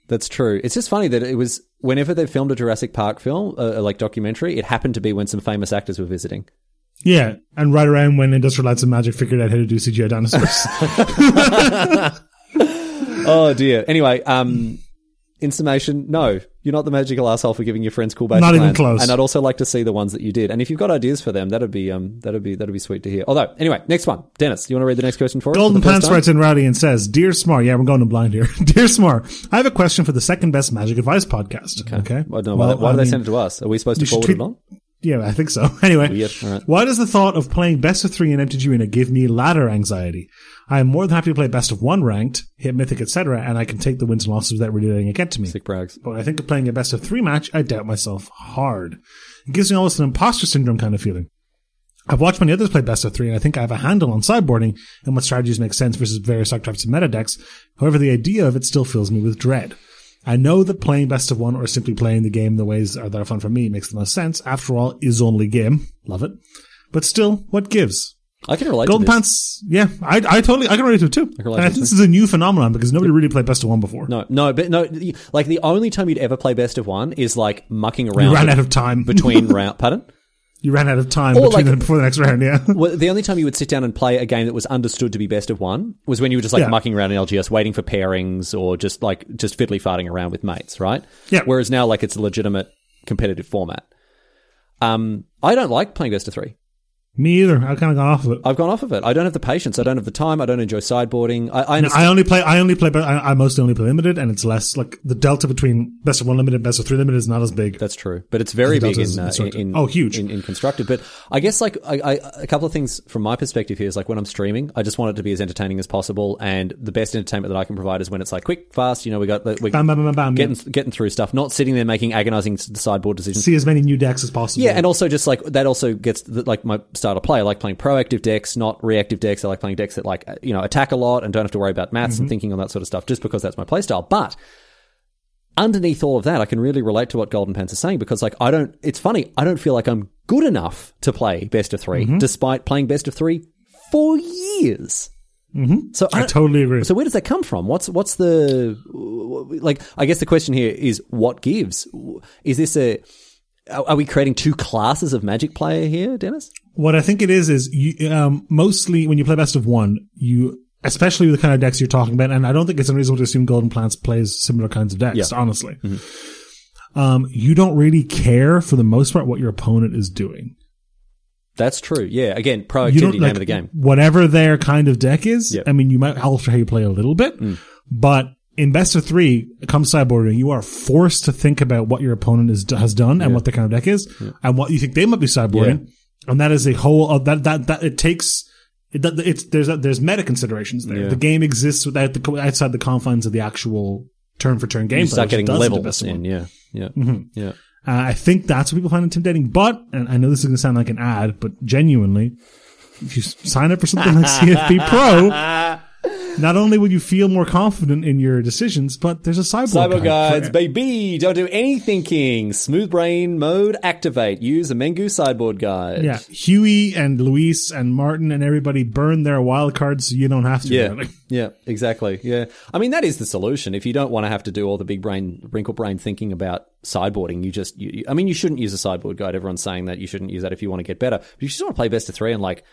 Speaker 1: That's true. It's just funny that it was whenever they filmed a Jurassic Park film, uh, like documentary, it happened to be when some famous actors were visiting.
Speaker 2: Yeah, and right around when Industrial Lights and Magic figured out how to do CGI dinosaurs.
Speaker 1: Oh dear. Anyway, um, in summation, no, you're not the magical asshole for giving your friends cool basic
Speaker 2: Not even
Speaker 1: plans.
Speaker 2: close.
Speaker 1: And I'd also like to see the ones that you did. And if you've got ideas for them, that'd be um, that'd be that'd be sweet to hear. Although, anyway, next one, Dennis, you want to read the next question for us?
Speaker 2: Golden
Speaker 1: for the first
Speaker 2: Pants
Speaker 1: time?
Speaker 2: writes in rowdy and says, "Dear Smar, yeah, we're going to blind here. Dear Smar, I have a question for the second best Magic Advice podcast. Okay,
Speaker 1: I don't know why,
Speaker 2: Well,
Speaker 1: they- why
Speaker 2: I
Speaker 1: do they
Speaker 2: mean-
Speaker 1: send it to us? Are we supposed to
Speaker 2: should
Speaker 1: forward
Speaker 2: tweet-
Speaker 1: it on?
Speaker 2: Yeah, I think so. Anyway,
Speaker 1: Weird. All right.
Speaker 2: why does the thought of playing best of three in MTG Arena give me ladder anxiety? I am more than happy to play best of one ranked, hit mythic, etc., and I can take the wins and losses without really letting it get to me.
Speaker 1: Sick brags.
Speaker 2: But when I think of playing a best of three match, I doubt myself hard. It gives me almost an imposter syndrome kind of feeling. I've watched many others play best of three, and I think I have a handle on sideboarding and what strategies make sense versus various archetypes and meta decks. However, the idea of it still fills me with dread. I know that playing best of one or simply playing the game the ways that are fun for me makes the most sense. After all, is only game. Love it. But still, what gives?
Speaker 1: I can relate.
Speaker 2: Golden
Speaker 1: to this.
Speaker 2: Pants, yeah, I, I totally, I can relate to it too.
Speaker 1: relate
Speaker 2: and I
Speaker 1: to
Speaker 2: think this is a new phenomenon because nobody really played best of one before.
Speaker 1: No, no, but no. you- Like the only time you'd ever play best of one is like mucking
Speaker 2: You
Speaker 1: around
Speaker 2: ran out of time.
Speaker 1: between round. Pardon.
Speaker 2: You ran out of time
Speaker 1: Or, like-
Speaker 2: between the, before the next round, yeah.
Speaker 1: Well, the only time you would sit down and play a game that was understood to be best of one was when you were just like
Speaker 2: Yeah.
Speaker 1: mucking around in LGS, waiting for pairings or just like just fiddly farting around with mates, right?
Speaker 2: Yeah.
Speaker 1: Whereas now, like, it's a legitimate competitive format. Um, I don't like playing best of three.
Speaker 2: Me either. I've kind of gone off of it.
Speaker 1: I've gone off of it. I don't have the patience. I don't have the time. I don't enjoy sideboarding. I, I
Speaker 2: No,
Speaker 1: understand.
Speaker 2: I only play. I only play. But I, I mostly only play limited, and it's less like the delta between best of one limited, and best of three limited is not as big.
Speaker 1: That's true, but it's very big
Speaker 2: Delta's
Speaker 1: in, uh, in,
Speaker 2: constructed.
Speaker 1: in
Speaker 2: Oh, huge.
Speaker 1: in, in constructed. But I guess like I, I, a couple of things from my perspective here is like when I'm streaming, I just want it to be as entertaining as possible, and the best entertainment that I can provide is when it's like quick, fast. You know, we got the- we're
Speaker 2: Bam, bam, bam, bam, bam.
Speaker 1: getting getting through stuff, not sitting there making agonizing s- sideboard decisions.
Speaker 2: See as many new decks as possible.
Speaker 1: Yeah, and also just like that also gets the, like my style of play. I like playing proactive decks, not reactive decks. I like playing decks that like uh, you know attack a lot and don't have to worry about maths and thinking on that sort of stuff, just because that's my play style. But underneath all of that, I can really relate to what Golden Pants is saying because like I don't. It's funny. I don't feel like I'm good enough to play best of 3 despite playing best of three for years. Mm-hmm. So
Speaker 2: I
Speaker 1: don't-
Speaker 2: totally agree.
Speaker 1: so where does that come from? What's what's the like? I guess the question here is what gives? Is this a are are we creating two classes of Magic player here, Dennis?
Speaker 2: What I think it is is you um, mostly when you play best of one, you especially with the kind of decks you're talking about, and I don't think it's unreasonable to assume Golden Plants plays similar kinds of decks. Honestly,
Speaker 1: Mm-hmm.
Speaker 2: um, you don't really care for the most part what your opponent is doing.
Speaker 1: That's true. Yeah. Again,
Speaker 2: You
Speaker 1: proactivity
Speaker 2: don't
Speaker 1: name
Speaker 2: like
Speaker 1: of the game.
Speaker 2: whatever their kind of deck is.
Speaker 1: Yep. Mm.
Speaker 2: I mean, you might alter how you play a little bit, but. In best of three, come sideboarding, you are forced to think about what your opponent is, has done and what the kind of deck is and what you think they might be sideboarding. And that is a whole, uh, that, that, that, it takes, it, that, it's, there's, a, there's meta considerations there. The game exists without the, co- outside the confines of the actual turn for turn game.
Speaker 1: You start getting levels in. Yeah. Yeah. Yeah.
Speaker 2: Uh, I think that's what people find intimidating. But, and I know this is going to sound like an ad, but genuinely, if you s- sign up for something like CFP Pro, not only will you feel more confident in your decisions, but there's a cyborg,
Speaker 1: Cyber
Speaker 2: guide
Speaker 1: guides,
Speaker 2: for-
Speaker 1: baby. Don't do any thinking. Smooth brain mode activate. Use a Mengu sideboard guide.
Speaker 2: Yeah, Huey and Luis and Martin and everybody burn their wild cards so you don't have to.
Speaker 1: Yeah,
Speaker 2: really.
Speaker 1: yeah, exactly. Yeah, I mean that is the solution. If you don't want to have to do all the big brain, wrinkle brain thinking about sideboarding, you just, you, you- I mean, you shouldn't use a sideboard guide. Everyone's saying that you shouldn't use that if you want to get better. But you just want to play best of three and like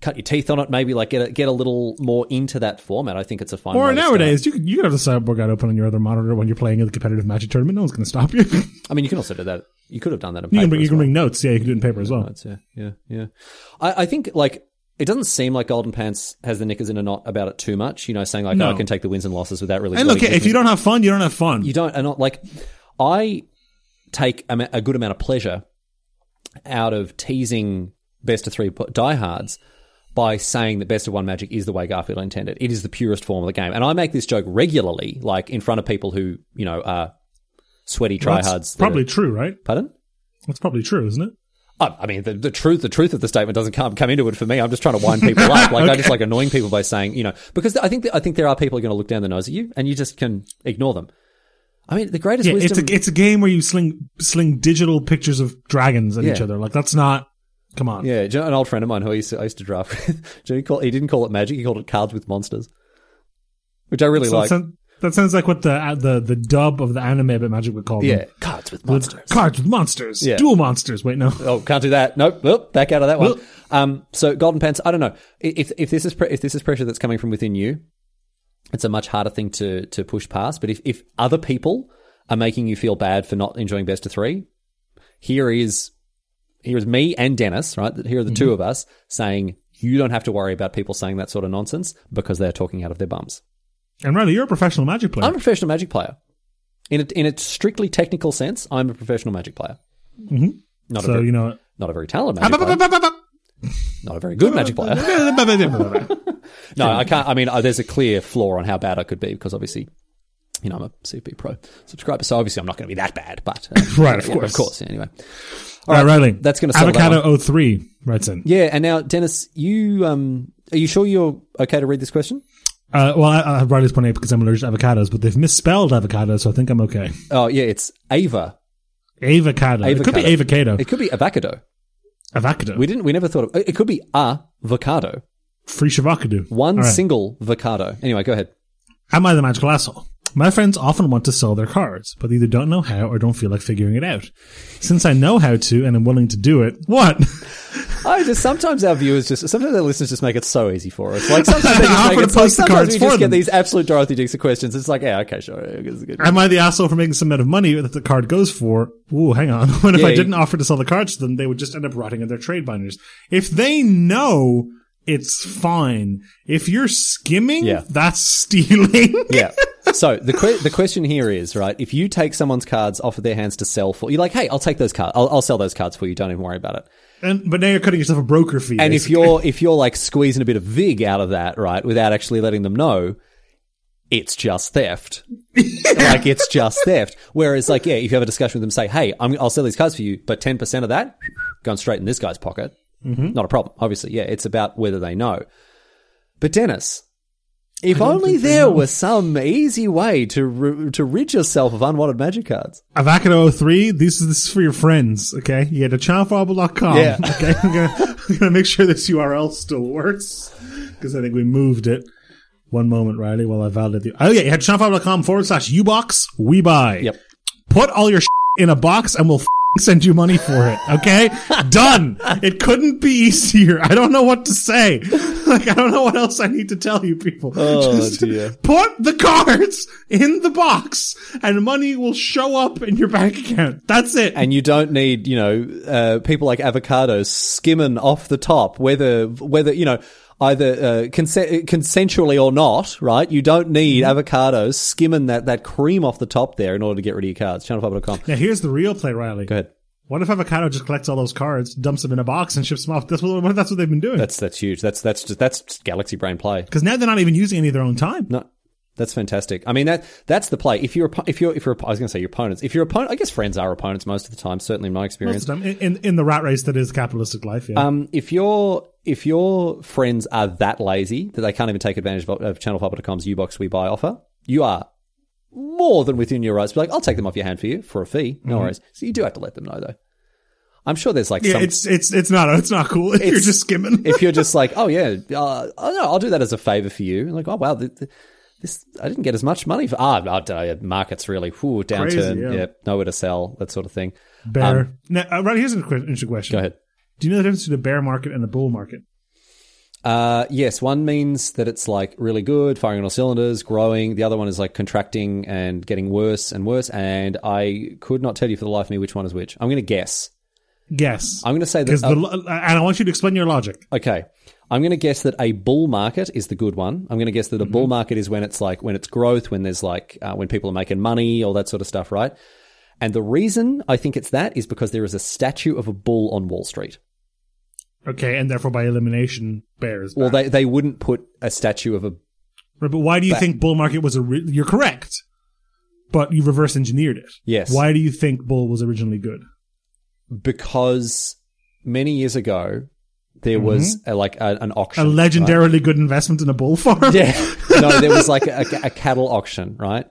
Speaker 1: cut your teeth on it. Maybe like get a, get a little more into that format. I think it's a fun.
Speaker 2: Or
Speaker 1: way to start.
Speaker 2: nowadays, you can, you can have the cyborg guide open on your other monitor when you're playing in the competitive magic tournament. No one's going to stop you. you
Speaker 1: I mean, you can also do that. You could have done that. In
Speaker 2: can
Speaker 1: paper
Speaker 2: bring,
Speaker 1: as
Speaker 2: you can
Speaker 1: well.
Speaker 2: bring notes. Yeah, you can do it in paper as well.
Speaker 1: That's- yeah, yeah, yeah. I, I think like it doesn't seem like Golden Pants has the knickers in a knot about it too much. You know, saying like, oh, I can take the wins and losses without really.
Speaker 2: And
Speaker 1: really
Speaker 2: look, if you don't have fun, you don't have fun.
Speaker 1: you don't are not like I take a, ma- a good amount of pleasure out of teasing best of three p- diehards by saying that best of one magic is the way Garfield intended. It is the purest form of the game, and I make this joke regularly, like in front of people who you know are sweaty
Speaker 2: That's
Speaker 1: tryhards. that
Speaker 2: probably
Speaker 1: are-
Speaker 2: true, right?
Speaker 1: pardon.
Speaker 2: That's probably true, isn't it?
Speaker 1: I I mean, the, the truth, the truth of the statement doesn't come come into it for me. I'm just trying to wind people up. Like I just like annoying people by saying, you know, because I think that, I think there are people who are going to look down their nose at you, and you just can ignore them. I mean, the greatest
Speaker 2: Yeah,
Speaker 1: wisdom.
Speaker 2: it's a it's a game where you sling sling digital pictures of dragons at each
Speaker 1: Yeah.
Speaker 2: other. Like that's not. Come on.
Speaker 1: Yeah, do you know an old friend of mine who I used to, I used to draft with. do you know, he, call, he didn't call it magic; he called it cards with monsters, which I really
Speaker 2: So
Speaker 1: like.
Speaker 2: that, sound- that sounds like what the uh, the the dub of the anime about magic would call them.
Speaker 1: yeah, cards with monsters.
Speaker 2: Cards with monsters.
Speaker 1: Yeah.
Speaker 2: Dual monsters. Wait, no.
Speaker 1: Oh, can't do that. Nope. Oop, back out of that one.
Speaker 2: Oop.
Speaker 1: Um, so golden pants. I don't know if if this is pre- if this is pressure that's coming from within you, it's a much harder thing to to push past. But if if other people are making you feel bad for not enjoying best of three, here is here is me and Dennis. Right, here are the
Speaker 2: Mm-hmm.
Speaker 1: two of us saying you don't have to worry about people saying that sort of nonsense because they're talking out of their bums.
Speaker 2: And Riley, you're a professional magic player.
Speaker 1: I'm a professional magic player. In a, in a strictly technical sense, I'm a professional magic player. Mm-hmm. Not a
Speaker 2: so
Speaker 1: very,
Speaker 2: you Ah, know.
Speaker 1: not a very talented magic player. Not a very good magic player. No, I can't. I mean, uh, there's a clear flaw on how bad I could be because obviously, you know, I'm a CFP Pro subscriber, so obviously I'm not going to be that bad. But uh,
Speaker 2: Right, of
Speaker 1: yeah,
Speaker 2: course.
Speaker 1: of course. yeah, anyway,
Speaker 2: All right, Riley.
Speaker 1: That's gonna settle that
Speaker 2: avocado that 03 writes in.
Speaker 1: yeah. And now, Dennis, you um, are you sure you're okay to read this question?
Speaker 2: Uh, well, I, I have Riley's point eight because I'm allergic to avocados, but they've misspelled avocado, so I think I'm okay.
Speaker 1: Oh, yeah, it's Ava.
Speaker 2: Avocado. It could be avocado.
Speaker 1: It could be avocado.
Speaker 2: Avocado.
Speaker 1: We didn't. We never thought of. It could be a avocado.
Speaker 2: Free shavacado.
Speaker 1: One
Speaker 2: All right.
Speaker 1: single avocado. Anyway, go ahead.
Speaker 2: Am I the magical asshole? My friends often want to sell their cards, but either don't know how or don't feel like figuring it out. Since I know how to and am willing to do it, what?
Speaker 1: I just sometimes our viewers just sometimes our listeners just make it so easy for us. Like sometimes they
Speaker 2: I
Speaker 1: just
Speaker 2: offer
Speaker 1: make
Speaker 2: to
Speaker 1: it, like,
Speaker 2: post the
Speaker 1: sometimes
Speaker 2: cards
Speaker 1: we
Speaker 2: for
Speaker 1: just get
Speaker 2: them.
Speaker 1: these absolute Dorothy Dixon questions. It's like, yeah, okay, sure, it's good.
Speaker 2: Am I the asshole for making some amount of money that the card goes for? Ooh, hang on. What if
Speaker 1: Yeah,
Speaker 2: I
Speaker 1: you-
Speaker 2: didn't offer to sell the cards to them? They would just end up rotting in their trade binders. If they know it's fine, if you're skimming,
Speaker 1: Yeah.
Speaker 2: that's stealing.
Speaker 1: yeah. So the que- the question here is right: if you take someone's cards off of their hands to sell for, you're like, hey, I'll take those cards, I'll, I'll sell those cards for you. Don't even worry about it.
Speaker 2: and, but now you're cutting yourself a broker fee.
Speaker 1: And if
Speaker 2: basically.
Speaker 1: you're if you're like squeezing a bit of vig out of that, right, without actually letting them know, it's just theft. Like it's just theft. Whereas, like, yeah, if you have a discussion with them, say, "Hey, I'm, I'll sell these cards for you, but ten percent of that going straight in this guy's pocket." Not a problem, obviously. Yeah, it's about whether they know. But Dennis, if only there were some easy way to ri- to rid yourself of unwanted magic cards.
Speaker 2: Avocado 03, this is, this is for your friends, okay? You go to childfable.com.
Speaker 1: Yeah.
Speaker 2: Okay. I'm gonna, I'm gonna make sure this URL still works. Because I think we moved it. One moment, Riley, while I validate the. Oh, yeah, you had childfable.com forward slash ubox, we buy.
Speaker 1: Yep.
Speaker 2: Put all your in a box and we'll f***ing send you money for it, okay? Done. It couldn't be easier. I don't know what to say. Like, I don't know what else I need to tell you people.
Speaker 1: Oh,
Speaker 2: Just-
Speaker 1: dear.
Speaker 2: Put the cards in the box and money will show up in your bank account. That's it.
Speaker 1: and you don't need you know uh, people like avocados skimming off the top whether whether you know either uh, consen- consensually or not right you don't need
Speaker 2: Mm-hmm.
Speaker 1: avocados skimming that, that cream off the top there in order to get rid of your cards channelfiber.com
Speaker 2: now here's the real play, Riley.
Speaker 1: go ahead
Speaker 2: What if Avocado just collects all those cards, dumps them in a box, and ships them off? That's what, what if that's what they've been doing?
Speaker 1: that's that's huge that's that's just that's just galaxy brain play
Speaker 2: Because now they're not even using any of their own time.
Speaker 1: no that's fantastic. I mean that that's the play. If you're if you're if you're I was going to say your opponents. If your opponent, I guess friends are opponents most of the time. Certainly in my experience.
Speaker 2: Most of them, in, in, in the rat race that is capitalistic life, yeah.
Speaker 1: Um, if your if your friends are that lazy that they can't even take advantage of, of channelfiber.com's Ubox We Buy offer, you are more than within your rights. Be like, I'll take them off your hand for you for a fee. No worries. So you do have to let them know though. I'm sure there's like
Speaker 2: Mm-hmm.
Speaker 1: some.
Speaker 2: yeah, it's it's it's not it's not cool if you're just skimming.
Speaker 1: if you're just like, oh yeah, uh, oh, no, I'll do that as a favor for you. Like, oh wow, th- th- this I didn't get as much money for. Ah, I don't know, markets really whew,
Speaker 2: Crazy,
Speaker 1: downturn.
Speaker 2: yeah.
Speaker 1: yeah. nowhere to sell, that sort of thing.
Speaker 2: Bear. now, uh, right here's an interesting question.
Speaker 1: um, Go ahead.
Speaker 2: Do you know the difference between a bear market and a bull market?
Speaker 1: Uh, yes, one means that it's like really good, firing on all cylinders, growing. The other one is like contracting and getting worse and worse. And I could not tell you for the life of me which one is which. I'm going to guess.
Speaker 2: Yes,
Speaker 1: I'm going to say that.
Speaker 2: because the lo- uh, and I want you to explain your logic.
Speaker 1: okay. I'm going to guess that a bull market is the good one. I'm going to guess that a bull market is when it's like, when it's growth, when there's like, uh, when people are making money, all that sort of stuff, right? And the reason I think it's that is because there is a statue of a bull on Wall Street.
Speaker 2: Okay, and therefore by elimination, bears.
Speaker 1: Well, they, they wouldn't put a statue of a
Speaker 2: Right, but why do you think bull market was a? Re- you're correct, but you reverse engineered it.
Speaker 1: Yes.
Speaker 2: Why do you think bull was originally good?
Speaker 1: because many years ago there was a, like a, an
Speaker 2: A
Speaker 1: auction.
Speaker 2: legendarily good investment in a bull farm.
Speaker 1: yeah. No, there was like a, a cattle auction, right?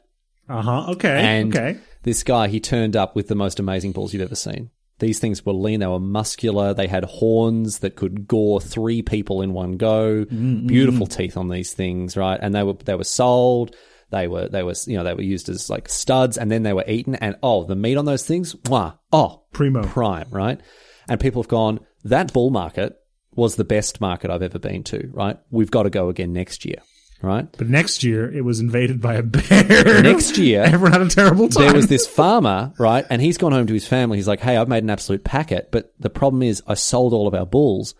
Speaker 2: Uh huh. Okay.
Speaker 1: And
Speaker 2: okay.
Speaker 1: this guy, he turned up with the most amazing bulls you've ever seen. These things were lean, they were muscular, they had horns that could gore three people in one go. Beautiful teeth on these things, right? And they were they were sold. They were they were you know they were used as like studs, and then they were eaten. And oh, the meat on those things, wow, oh,
Speaker 2: Primo.
Speaker 1: prime, right? And people have gone, that bull market was the best market I've ever been to, right? We've got to go again next year, right?
Speaker 2: But next year it was invaded by a bear.
Speaker 1: Next year,
Speaker 2: everyone had a terrible time.
Speaker 1: there was this farmer, right? And he's gone home to his family. He's like, hey, I've made an absolute packet, but the problem is I sold all of our bulls.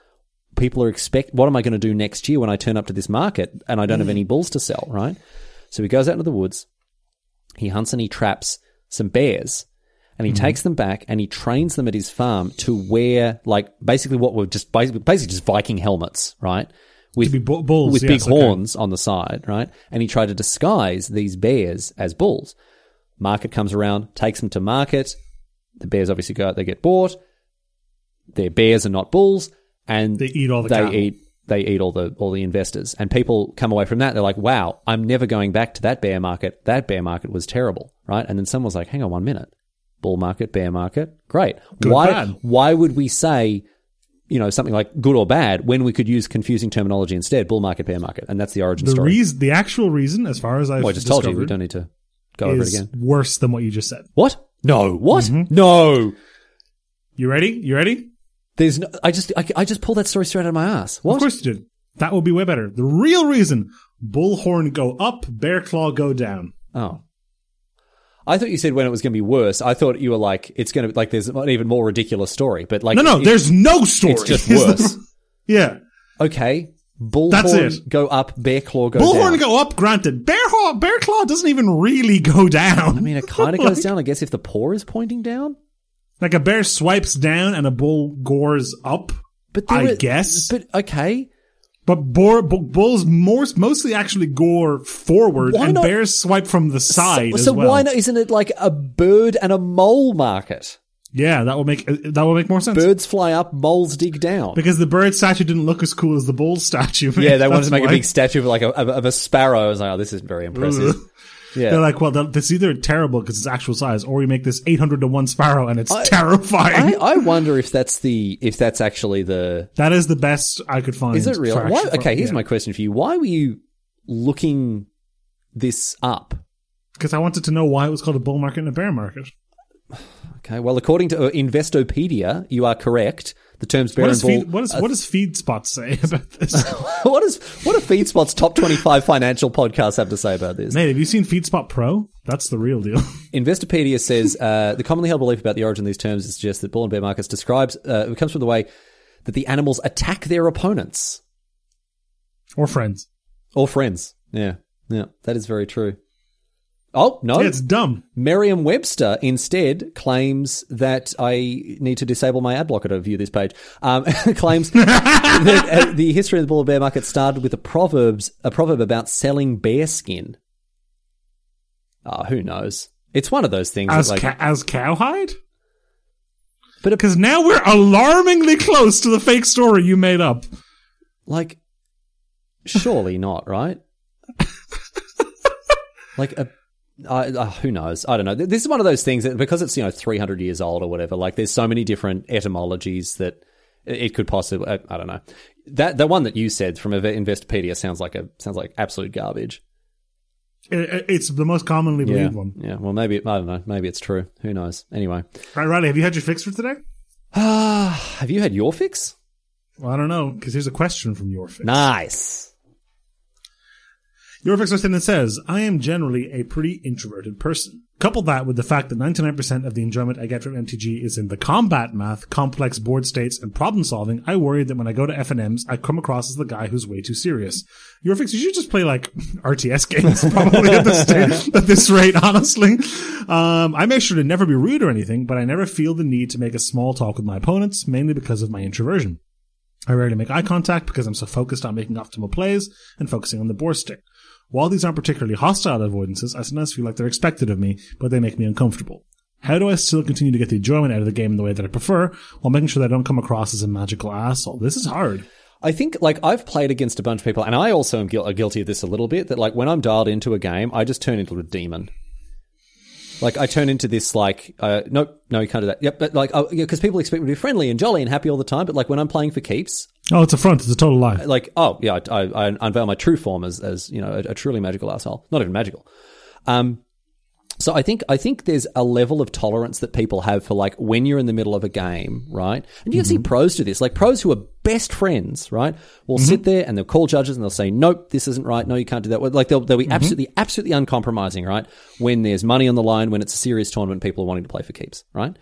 Speaker 1: People are expect what am I going to do next year when I turn up to this market and I don't
Speaker 2: Mm.
Speaker 1: have any bulls to sell, right? So he goes out into the woods, he hunts and he traps some bears. And he
Speaker 2: Mm-hmm.
Speaker 1: takes them back and he trains them at his farm to wear like basically what were just basically, basically just Viking helmets, right? With
Speaker 2: be bu- bulls,
Speaker 1: with
Speaker 2: yes,
Speaker 1: big
Speaker 2: okay.
Speaker 1: horns on the side, right? And he tried to disguise these bears as bulls. Market comes around, takes them to market. The bears obviously go out, they get bought. Their bears are not bulls, and
Speaker 2: They eat all the
Speaker 1: they
Speaker 2: cattle.
Speaker 1: eat they eat all the all the investors. And people come away from that, they're like, "Wow, I'm never going back to that bear market. That bear market was terrible, right?" And then someone's like, "Hang on one minute, bull market, bear market, great.
Speaker 2: Good,
Speaker 1: why
Speaker 2: bad.
Speaker 1: why would we say?" You know something like good or bad when we could use confusing terminology instead, bull market, bear market, and that's the origin
Speaker 2: the
Speaker 1: story.
Speaker 2: reason, the actual reason, as far as I've
Speaker 1: Well, I just told
Speaker 2: discovered,
Speaker 1: you we don't need to go over it
Speaker 2: is Mm-hmm.
Speaker 1: again.
Speaker 2: worse than what you just said.
Speaker 1: What? No. What? No.
Speaker 2: You ready? You ready?
Speaker 1: There's no, I just I, I just pulled that story straight out of my ass. What?
Speaker 2: Of course you did. That would be way better. The real reason bullhorn go up, bear claw go down.
Speaker 1: Oh. I thought you said when it was going to be worse. I thought you were like it's going to like there's an even more ridiculous story, but like
Speaker 2: No, no,
Speaker 1: it-
Speaker 2: there's no story.
Speaker 1: it's just
Speaker 2: Is the-
Speaker 1: worse.
Speaker 2: yeah.
Speaker 1: okay,
Speaker 2: That's
Speaker 1: bullhorn
Speaker 2: it.
Speaker 1: go up, bear claw go
Speaker 2: Bullhorn
Speaker 1: down.
Speaker 2: go up, granted. Bear, claw, bear claw doesn't even really go down.
Speaker 1: I mean, it kind of goes down, I guess, if the paw is pointing down.
Speaker 2: like a bear swipes down and a bull gores up.
Speaker 1: But there
Speaker 2: I
Speaker 1: were-
Speaker 2: guess.
Speaker 1: But okay,
Speaker 2: But boar, bu- bulls more, mostly actually gore forward,
Speaker 1: Why
Speaker 2: and
Speaker 1: not-
Speaker 2: bears swipe from the side
Speaker 1: so,
Speaker 2: as
Speaker 1: so
Speaker 2: well.
Speaker 1: why not? Isn't it like a bird and a mole market?
Speaker 2: Yeah, that will make that will make more sense
Speaker 1: Birds fly up, moles dig down.
Speaker 2: because the bird statue didn't look as cool as the bull statue.
Speaker 1: yeah, they wanted
Speaker 2: That's
Speaker 1: to make a
Speaker 2: why.
Speaker 1: big statue of like a, of, of a sparrow. I was like, oh, this isn't very impressive. Yeah,
Speaker 2: They're like, well, th- this is either terrible because it's actual size, or we make this 800 to one sparrow and it's terrifying.
Speaker 1: I, I wonder if that's the if that's actually the
Speaker 2: that is the best I could find.
Speaker 1: is it real?
Speaker 2: for
Speaker 1: Why,
Speaker 2: actual-
Speaker 1: okay, here's my
Speaker 2: yeah.
Speaker 1: question for you. Why were you looking this up?
Speaker 2: because I wanted to know why it was called a bull market and a bear market.
Speaker 1: Okay, well, according to uh, Investopedia, you are correct. The terms bear
Speaker 2: What
Speaker 1: and
Speaker 2: does
Speaker 1: bull.
Speaker 2: feed, what, is, what does FeedSpot say about this?
Speaker 1: what is what do FeedSpot's top twenty five financial podcasts have to say about this?
Speaker 2: Mate, have you seen FeedSpot Pro? That's the real deal.
Speaker 1: Investopedia says uh, the commonly held belief about the origin of these terms is suggests that bull and bear markets describes uh, it comes from the way that the animals attack their opponents
Speaker 2: or friends.
Speaker 1: or friends. Yeah, yeah, that is very true. Oh no,
Speaker 2: Yeah, it's dumb.
Speaker 1: Merriam-Webster instead claims that I need to disable my ad blocker to view this page. Um, claims that uh, the history of the bull and bear market started with a proverbs a proverb about selling bear skin. Ah, who knows? It's one of those things. that,
Speaker 2: As
Speaker 1: like,
Speaker 2: ca- as cowhide?
Speaker 1: But-
Speaker 2: because now we're alarmingly close to the fake story you made up.
Speaker 1: like, surely not, right? like a. I, uh, who knows? I don't know. Th- This is one of those things that because it's you know three hundred years old or whatever. Like, there's so many different etymologies that it it could possibly. I, I don't know. That the one that you said from Ev- Investopedia sounds like a sounds like absolute garbage.
Speaker 2: It- it's the most commonly
Speaker 1: Yeah,
Speaker 2: believed one.
Speaker 1: yeah. Well, maybe I don't know. Maybe it's true. Who knows? Anyway,
Speaker 2: Right, Riley, have you had your fix for today?
Speaker 1: have you had your fix?
Speaker 2: Well, I don't know, because here's a question from your fix.
Speaker 1: Nice.
Speaker 2: Your fix goes in and says, I am generally a pretty introverted person. Couple that with the fact that 99% of the enjoyment I get from MTG is in the combat math, complex board states, and problem solving, I worry that when I go to FNMs, I come across as the guy who's way too serious. Your fix, you should just play like RTS games probably at this, stage, at this rate, honestly. Um, I make sure to never be rude or anything, but I never feel the need to make a small talk with my opponents, mainly because of my introversion. I rarely make eye contact because I'm so focused on making optimal plays and focusing on the board stick. While these aren't particularly hostile avoidances, I sometimes feel like they're expected of me, but they make me uncomfortable. How do I still continue to get the enjoyment out of the game in the way that I prefer, while making sure that I don't come across as a magical asshole? This is hard.
Speaker 1: I think like I've played against a bunch of people, and I also am guil- guilty of this a little bit. That like when I'm dialed into a game, I just turn into a demon. Like I turn into this like uh, nope, no, you can't do that. Yep, but like because people expect me to be friendly and jolly and happy all the time, but like when I'm playing for keeps,
Speaker 2: Oh, it's a front. It's a total lie.
Speaker 1: like oh yeah, I, I, I unveil my true form as as you know a, a truly magical asshole, not even magical. Um, so I think I think there's a level of tolerance that people have for like when you're in the middle of a game, right? And you can see pros do this, like pros who are best friends, right? Will sit there and they'll call judges and they'll say, nope, this isn't right. No, you can't do that. Like they'll they'll be absolutely absolutely uncompromising, right? When there's money on the line, when it's a serious tournament, people are wanting to play for keeps, right?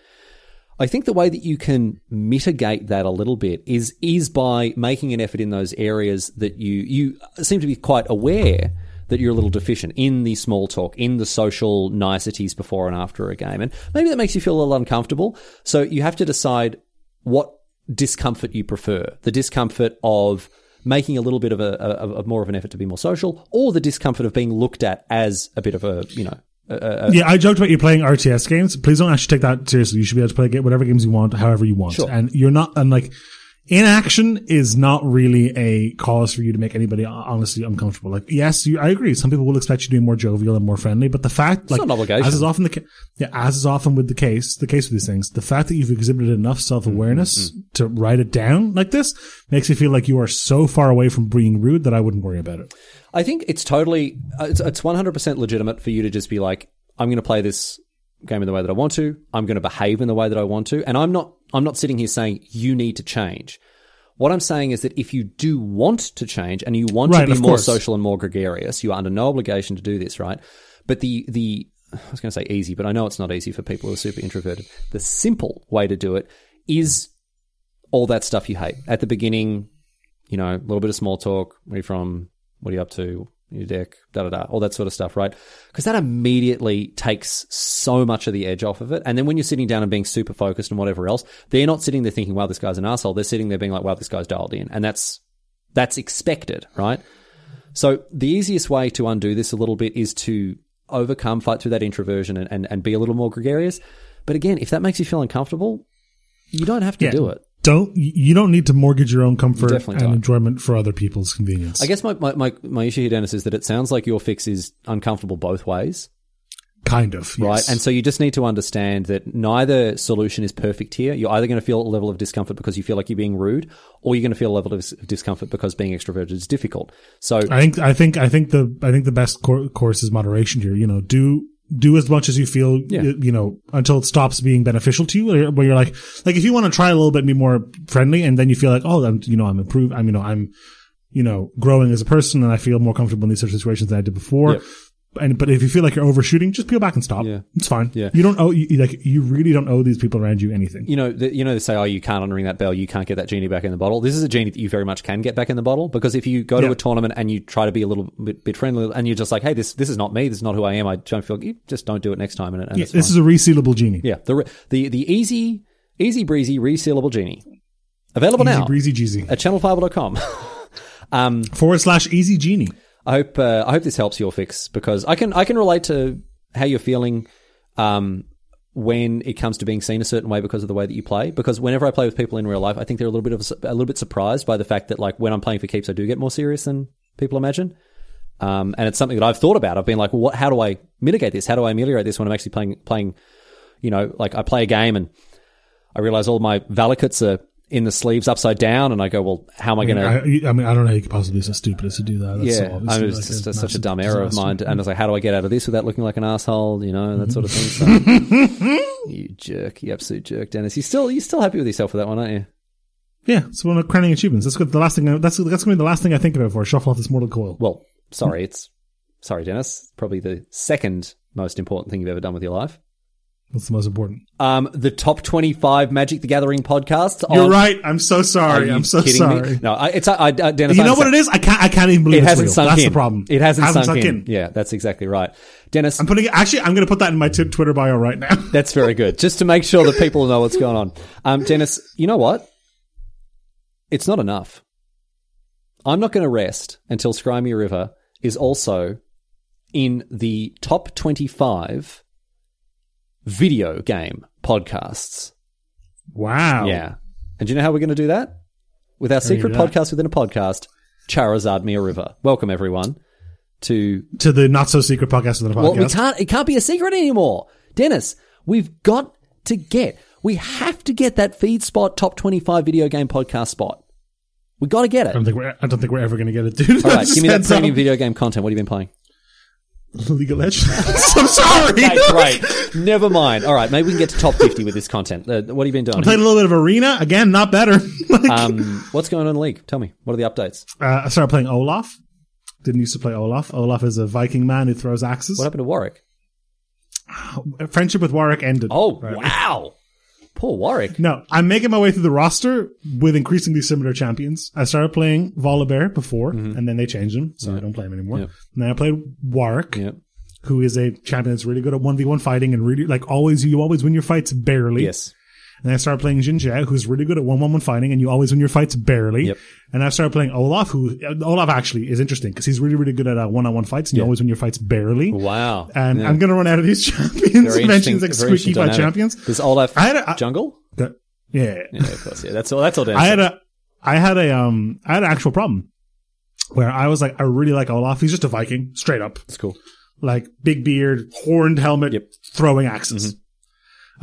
Speaker 1: I think the way that you can mitigate that a little bit is is by making an effort in those areas that you you seem to be quite aware that you're a little deficient in the small talk, in the social niceties before and after a game, and maybe that makes you feel a little uncomfortable. So you have to decide what discomfort you prefer: the discomfort of making a little bit of a, a, a more of an effort to be more social, or the discomfort of being looked at as a bit of a you know
Speaker 2: yeah, I joked about you playing RTS games. Please don't actually take that seriously. You should be able to play ga- whatever games you want, however you want. And you're not, and like, inaction is not really a cause for you to make anybody uh, honestly uncomfortable. Like, yes, you, I agree. Some people will expect you to be more jovial and more friendly, but the fact, like,
Speaker 1: not an obligation.
Speaker 2: as is often the ca- yeah, as is often with the case, the case with these things, the fact that you've exhibited enough self awareness
Speaker 1: Mm-hmm,
Speaker 2: to write it down like this makes you feel like you are so far away from being rude that I wouldn't worry about it.
Speaker 1: I think it's totally, uh, it's, it's 100% legitimate for you to just be like, I'm going to play this game in the way that I want to. I'm going to behave in the way that I want to. And I'm not I'm not sitting here saying you need to change. What I'm saying is that if you do want to change and you want
Speaker 2: Right,
Speaker 1: to be
Speaker 2: of
Speaker 1: more
Speaker 2: course.
Speaker 1: social and more gregarious, you are under no obligation to do this, right? But the the I was going to say easy, but I know it's not easy for people who are super introverted. The simple way to do it is all that stuff you hate at the beginning. You know, a little bit of small talk. Where you from? What are you up to? Your deck, da da da, all that sort of stuff, right? Because that immediately takes so much of the edge off of it. And then when you're sitting down and being super focused and whatever else, they're not sitting there thinking, "Wow, this guy's an asshole." They're sitting there being like, "Wow, this guy's dialed in," and that's that's expected, right? So the easiest way to undo this a little bit is to overcome, fight through that introversion and, and, and be a little more gregarious. But again, if that makes you feel uncomfortable, you don't have to do it.
Speaker 2: Don't you don't need to mortgage your own comfort
Speaker 1: definitely
Speaker 2: and
Speaker 1: don't.
Speaker 2: enjoyment for other people's convenience.
Speaker 1: I guess my, my, my, my issue here, Dennis, is that it sounds like your fix is uncomfortable both ways,
Speaker 2: kind of,
Speaker 1: right?
Speaker 2: yes.
Speaker 1: And so you just need to understand that neither solution is perfect here. You're either going to feel a level of discomfort because you feel like you're being rude, or you're going to feel a level of s- discomfort because being extroverted is difficult. So
Speaker 2: I think I think I think the I think the best cour course is moderation here. You know, do do as much as you feel
Speaker 1: Yeah.
Speaker 2: you, you know until it stops being beneficial to you. Or, where you're like, like if you want to try a little bit, and be more friendly, and then you feel like, oh, I'm you know I'm improved. I'm you know I'm you know growing as a person, and I feel more comfortable in these sort of situations than I did before.
Speaker 1: Yep.
Speaker 2: And but if you feel like you're overshooting, just peel back and stop.
Speaker 1: Yeah.
Speaker 2: It's fine.
Speaker 1: Yeah.
Speaker 2: You don't owe you, like you really don't owe these people around you anything.
Speaker 1: you know, the, you know, they say, "Oh, you can't unring that bell. You can't get that genie back in the bottle." This is a genie that you very much can get back in the bottle because if you go to
Speaker 2: Yeah.
Speaker 1: a tournament and you try to be a little bit, bit friendly and you're just like, "Hey, this this is not me. This is not who I am. I don't feel. You just don't do it next time." And, and it's
Speaker 2: this
Speaker 1: fine.
Speaker 2: is a resealable genie.
Speaker 1: yeah, the re- the the easy easy breezy resealable genie available
Speaker 2: Easy
Speaker 1: now
Speaker 2: breezy jeezy
Speaker 1: at channelfiber.com.
Speaker 2: forward slash easy genie.
Speaker 1: I hope uh, I hope this helps your fix because I can I can relate to how you're feeling um, when it comes to being seen a certain way because of the way that you play. Because whenever I play with people in real life, I think they're a little bit of a, su- a little bit surprised by the fact that like when I'm playing for keeps, I do get more serious than people imagine. Um, and it's something that I've thought about. I've been like, well, what, how do I mitigate this? How do I ameliorate this when I'm actually playing playing? You know, like I play a game and I realize all my valakuts are in the sleeves upside down, and I go, well, how am I going to?
Speaker 2: I, I mean, I don't know how you could possibly be so stupid as to do that. That's
Speaker 1: Yeah,
Speaker 2: so
Speaker 1: I
Speaker 2: obviously
Speaker 1: mean, it's
Speaker 2: like
Speaker 1: just
Speaker 2: a
Speaker 1: such a
Speaker 2: massive
Speaker 1: dumb error of
Speaker 2: disaster.
Speaker 1: mine. And I was like, how do I get out of this without looking like an asshole? You know, and that sort of thing. So, you jerk, you absolute jerk, Dennis. You still, you still happy with yourself for that one, aren't you?
Speaker 2: Yeah, it's one of crowning achievements. That's good. The last thing. I, that's that's gonna be the last thing I think about before I shuffle off this mortal coil.
Speaker 1: Well, sorry, it's sorry, Dennis. Probably the second most important thing you've ever done with your life.
Speaker 2: That's the most important.
Speaker 1: Um, the top twenty-five Magic the Gathering podcasts.
Speaker 2: You're
Speaker 1: on-
Speaker 2: right. I'm so
Speaker 1: um, Are
Speaker 2: sorry.
Speaker 1: you
Speaker 2: I'm so
Speaker 1: kidding
Speaker 2: sorry.
Speaker 1: Me? No, I, it's I, I, Dennis.
Speaker 2: You
Speaker 1: I
Speaker 2: know what it is? I can't. I can't even believe
Speaker 1: It
Speaker 2: it's
Speaker 1: hasn't
Speaker 2: real.
Speaker 1: sunk
Speaker 2: that's
Speaker 1: in.
Speaker 2: the problem.
Speaker 1: It hasn't,
Speaker 2: Hasn't
Speaker 1: sunk,
Speaker 2: sunk
Speaker 1: in.
Speaker 2: in.
Speaker 1: Yeah, that's exactly right, Dennis.
Speaker 2: I'm putting. Actually, I'm going to put that in my t- Twitter bio right now.
Speaker 1: That's very good. Just to make sure that people know what's going on. Um, Dennis, you know what? It's not enough. I'm not going to rest until Scrimey River is also in the top 25 video game podcasts.
Speaker 2: Wow.
Speaker 1: Yeah. And do you know how we're going to do that? With our secret
Speaker 2: do that?
Speaker 1: podcast within a podcast, Charizard Me a River. Welcome, everyone, to
Speaker 2: To the not so secret podcast of the
Speaker 1: well, we
Speaker 2: podcast.
Speaker 1: can't. It can't be a secret anymore, Dennis. We've got to get. We have to get that feed spot top twenty-five video game podcast spot. We got to get
Speaker 2: I don't
Speaker 1: it.
Speaker 2: think we're. I don't think we're ever going to get it, dude.
Speaker 1: All right, give me that premium video game content. What have you been playing?
Speaker 2: League of Legends. I'm sorry.
Speaker 1: Great. Never mind. All right, maybe we can get to top fifty with this content. Uh, what have you been doing?
Speaker 2: Played a little bit of Arena again. Not better. Like-
Speaker 1: Um, what's going on in the league? Tell me. What are the updates?
Speaker 2: Uh, I started playing Olaf. Didn't used to play Olaf. Olaf is a Viking man who throws axes.
Speaker 1: What happened to Warwick?
Speaker 2: Friendship with Warwick ended.
Speaker 1: Oh wow, poor Warwick.
Speaker 2: No, I'm making my way through the roster with increasingly similar champions. I started playing Volibear before,
Speaker 1: Mm-hmm.
Speaker 2: and then they changed him, so I don't play him anymore. And then I played Warwick,
Speaker 1: Yeah.
Speaker 2: who is a champion that's really good at 1v1 fighting and really, like, always, you always win your fights barely.
Speaker 1: Yes.
Speaker 2: And I started playing Jinja, who's really good at one-on-one fighting, and you always win your fights barely.
Speaker 1: Yep.
Speaker 2: And I started playing Olaf, who uh, Olaf actually is interesting because he's really, really good at uh, one-on-one fights, and you always win your fights barely.
Speaker 1: Wow.
Speaker 2: And
Speaker 1: Yeah.
Speaker 2: I'm going to run out of these champions.
Speaker 1: Very interesting-
Speaker 2: Mentions
Speaker 1: very
Speaker 2: like squeaky
Speaker 1: interesting
Speaker 2: by
Speaker 1: dynamic.
Speaker 2: champions.
Speaker 1: Does Olaf
Speaker 2: I had a- I-
Speaker 1: jungle?
Speaker 2: That- yeah.
Speaker 1: Yeah, of course. Yeah, that's all. That's all. Dennis
Speaker 2: I
Speaker 1: said.
Speaker 2: had a, I had a, um, I had an actual problem where I was like, I really like Olaf. He's just a Viking, straight up,
Speaker 1: That's cool.
Speaker 2: like big beard, horned helmet,
Speaker 1: Yep. Mm-hmm.
Speaker 2: throwing axes.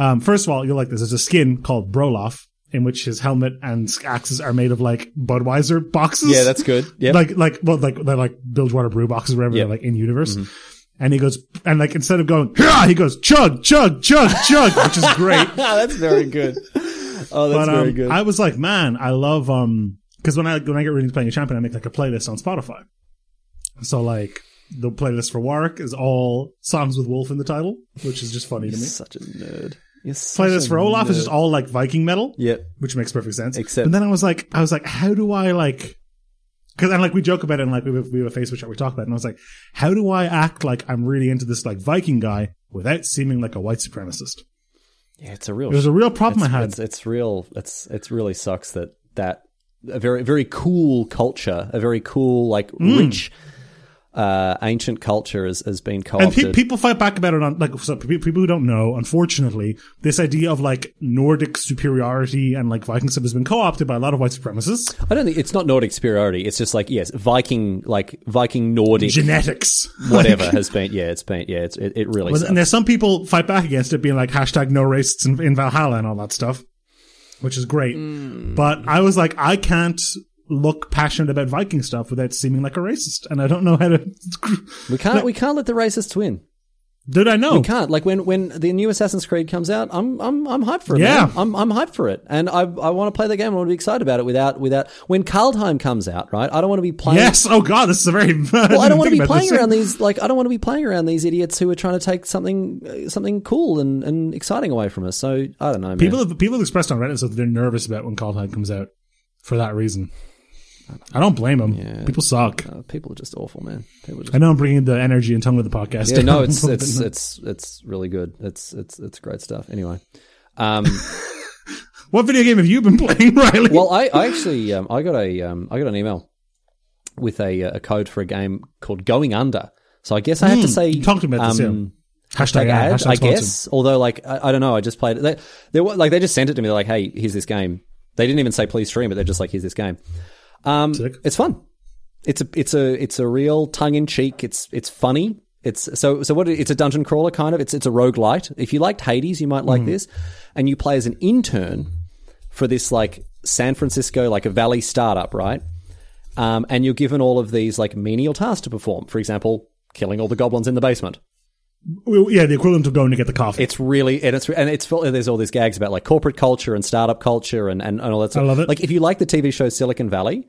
Speaker 2: Um, first of all, you'll like this. There's a skin called Broloff in which his helmet and axes are made of like Budweiser boxes.
Speaker 1: Yeah, that's good. Yeah.
Speaker 2: Like, like, well, like, they're like Bilgewater brew boxes, wherever
Speaker 1: Yep. Mm-hmm.
Speaker 2: they're like in universe. And he goes, and like instead of going, "Hyah!" he goes, chug, chug, chug, chug, which is great.
Speaker 1: Ah, that's very good. Oh, that's
Speaker 2: But
Speaker 1: very
Speaker 2: um,
Speaker 1: good.
Speaker 2: I was like, man, I love um because when I when I get ready to playing a champion, I make like a playlist on Spotify. So like the playlist for Warwick is all songs with Wolf in the title, which is just funny to
Speaker 1: You're
Speaker 2: me.
Speaker 1: such a nerd. You're such
Speaker 2: Playlist
Speaker 1: a
Speaker 2: for Olaf is just
Speaker 1: nerd.
Speaker 2: all like Viking metal,
Speaker 1: Yep.
Speaker 2: which makes perfect sense.
Speaker 1: Except-
Speaker 2: but then I was like, I was like, how do I like? Because and like we joke about it, and like we have, we have a Facebook chat we talk about, it, and I was like, how do I act like I'm really into this like Viking guy without seeming like a white supremacist?
Speaker 1: Yeah, it's a real.
Speaker 2: It was a real problem I had.
Speaker 1: It's, it's real. It's it's really sucks that that a very very cool culture, a very cool like
Speaker 2: Hmm.
Speaker 1: rich, uh, ancient culture has has been
Speaker 2: And pe-
Speaker 1: co-opted.
Speaker 2: people fight back about it on like so pe- people who don't know. Unfortunately, this idea of like Nordic superiority and like Viking stuff has been co-opted by a lot of white supremacists.
Speaker 1: I don't think it's not Nordic superiority. It's just like yes, Viking like Viking Nordic
Speaker 2: Genetics,
Speaker 1: whatever
Speaker 2: Like,
Speaker 1: has been. Yeah, it's been. Yeah, it's it, it really.
Speaker 2: was-
Speaker 1: sucks.
Speaker 2: and there's some people fight back against it, being like hashtag no racists in, in Valhalla and all that stuff, which is great.
Speaker 1: Hmm.
Speaker 2: But I was like, I can't look passionate about Viking stuff without seeming like a racist, and I don't know how to.
Speaker 1: we can't we can't let the racists win.
Speaker 2: Did I know?
Speaker 1: We can't. Like when when the new Assassin's Creed comes out, I'm I'm I'm hyped for it.
Speaker 2: Yeah.
Speaker 1: man. I'm I'm hyped for it, and I I want to play the game. I want to be excited about it. Without without when Kaldheim comes out, right? I don't want to be playing.
Speaker 2: Yes. Oh God, this is a very.
Speaker 1: Well, I don't want to be playing around these like I don't want to be playing around these idiots who are trying to take something uh, something cool and, and exciting away from us. So I don't know. Man.
Speaker 2: People have people have expressed on Reddit so that they're nervous about when Caldheim comes out for that reason. I don't blame them. People suck.
Speaker 1: Uh, people are just awful, man. People are just
Speaker 2: I know I'm bringing the energy and tongue of the podcast.
Speaker 1: yeah, no,
Speaker 2: down.
Speaker 1: it's it's it's it's really good. It's it's it's great stuff. Anyway, um,
Speaker 2: what video game have you been playing, Riley?
Speaker 1: well, I, I actually um, I got a um, I got an email with a uh, a code for a game called Going Under. So I guess I have to say
Speaker 2: you talked Hmm, about this.
Speaker 1: um,
Speaker 2: yeah. Hashtag
Speaker 1: like ad,
Speaker 2: ad. Hashtag
Speaker 1: I
Speaker 2: sponsored.
Speaker 1: guess. Although, like, I, I don't know. I just played it. They, they were, like they just sent it to me. They're like, "Hey, here's this game." They didn't even say please stream it. They're just like, "Here's this game." Um,
Speaker 2: Sick.
Speaker 1: it's fun. It's a it's a it's a real tongue in cheek. It's it's funny. It's so so what? it- It's a dungeon crawler kind of. It's it's a roguelite. If you liked Hades, you might like this. And you play as an intern for this like San Francisco like a valley startup, right? Um, and you're given all of these like menial tasks to perform. For example, killing all the goblins in the basement.
Speaker 2: Well, yeah, the equivalent of going to get the coffee.
Speaker 1: It's really and it's and it's full, there's all these gags about like corporate culture and startup culture and, and, and all that. Sort.
Speaker 2: I love it.
Speaker 1: Like if you like the TV show Silicon Valley,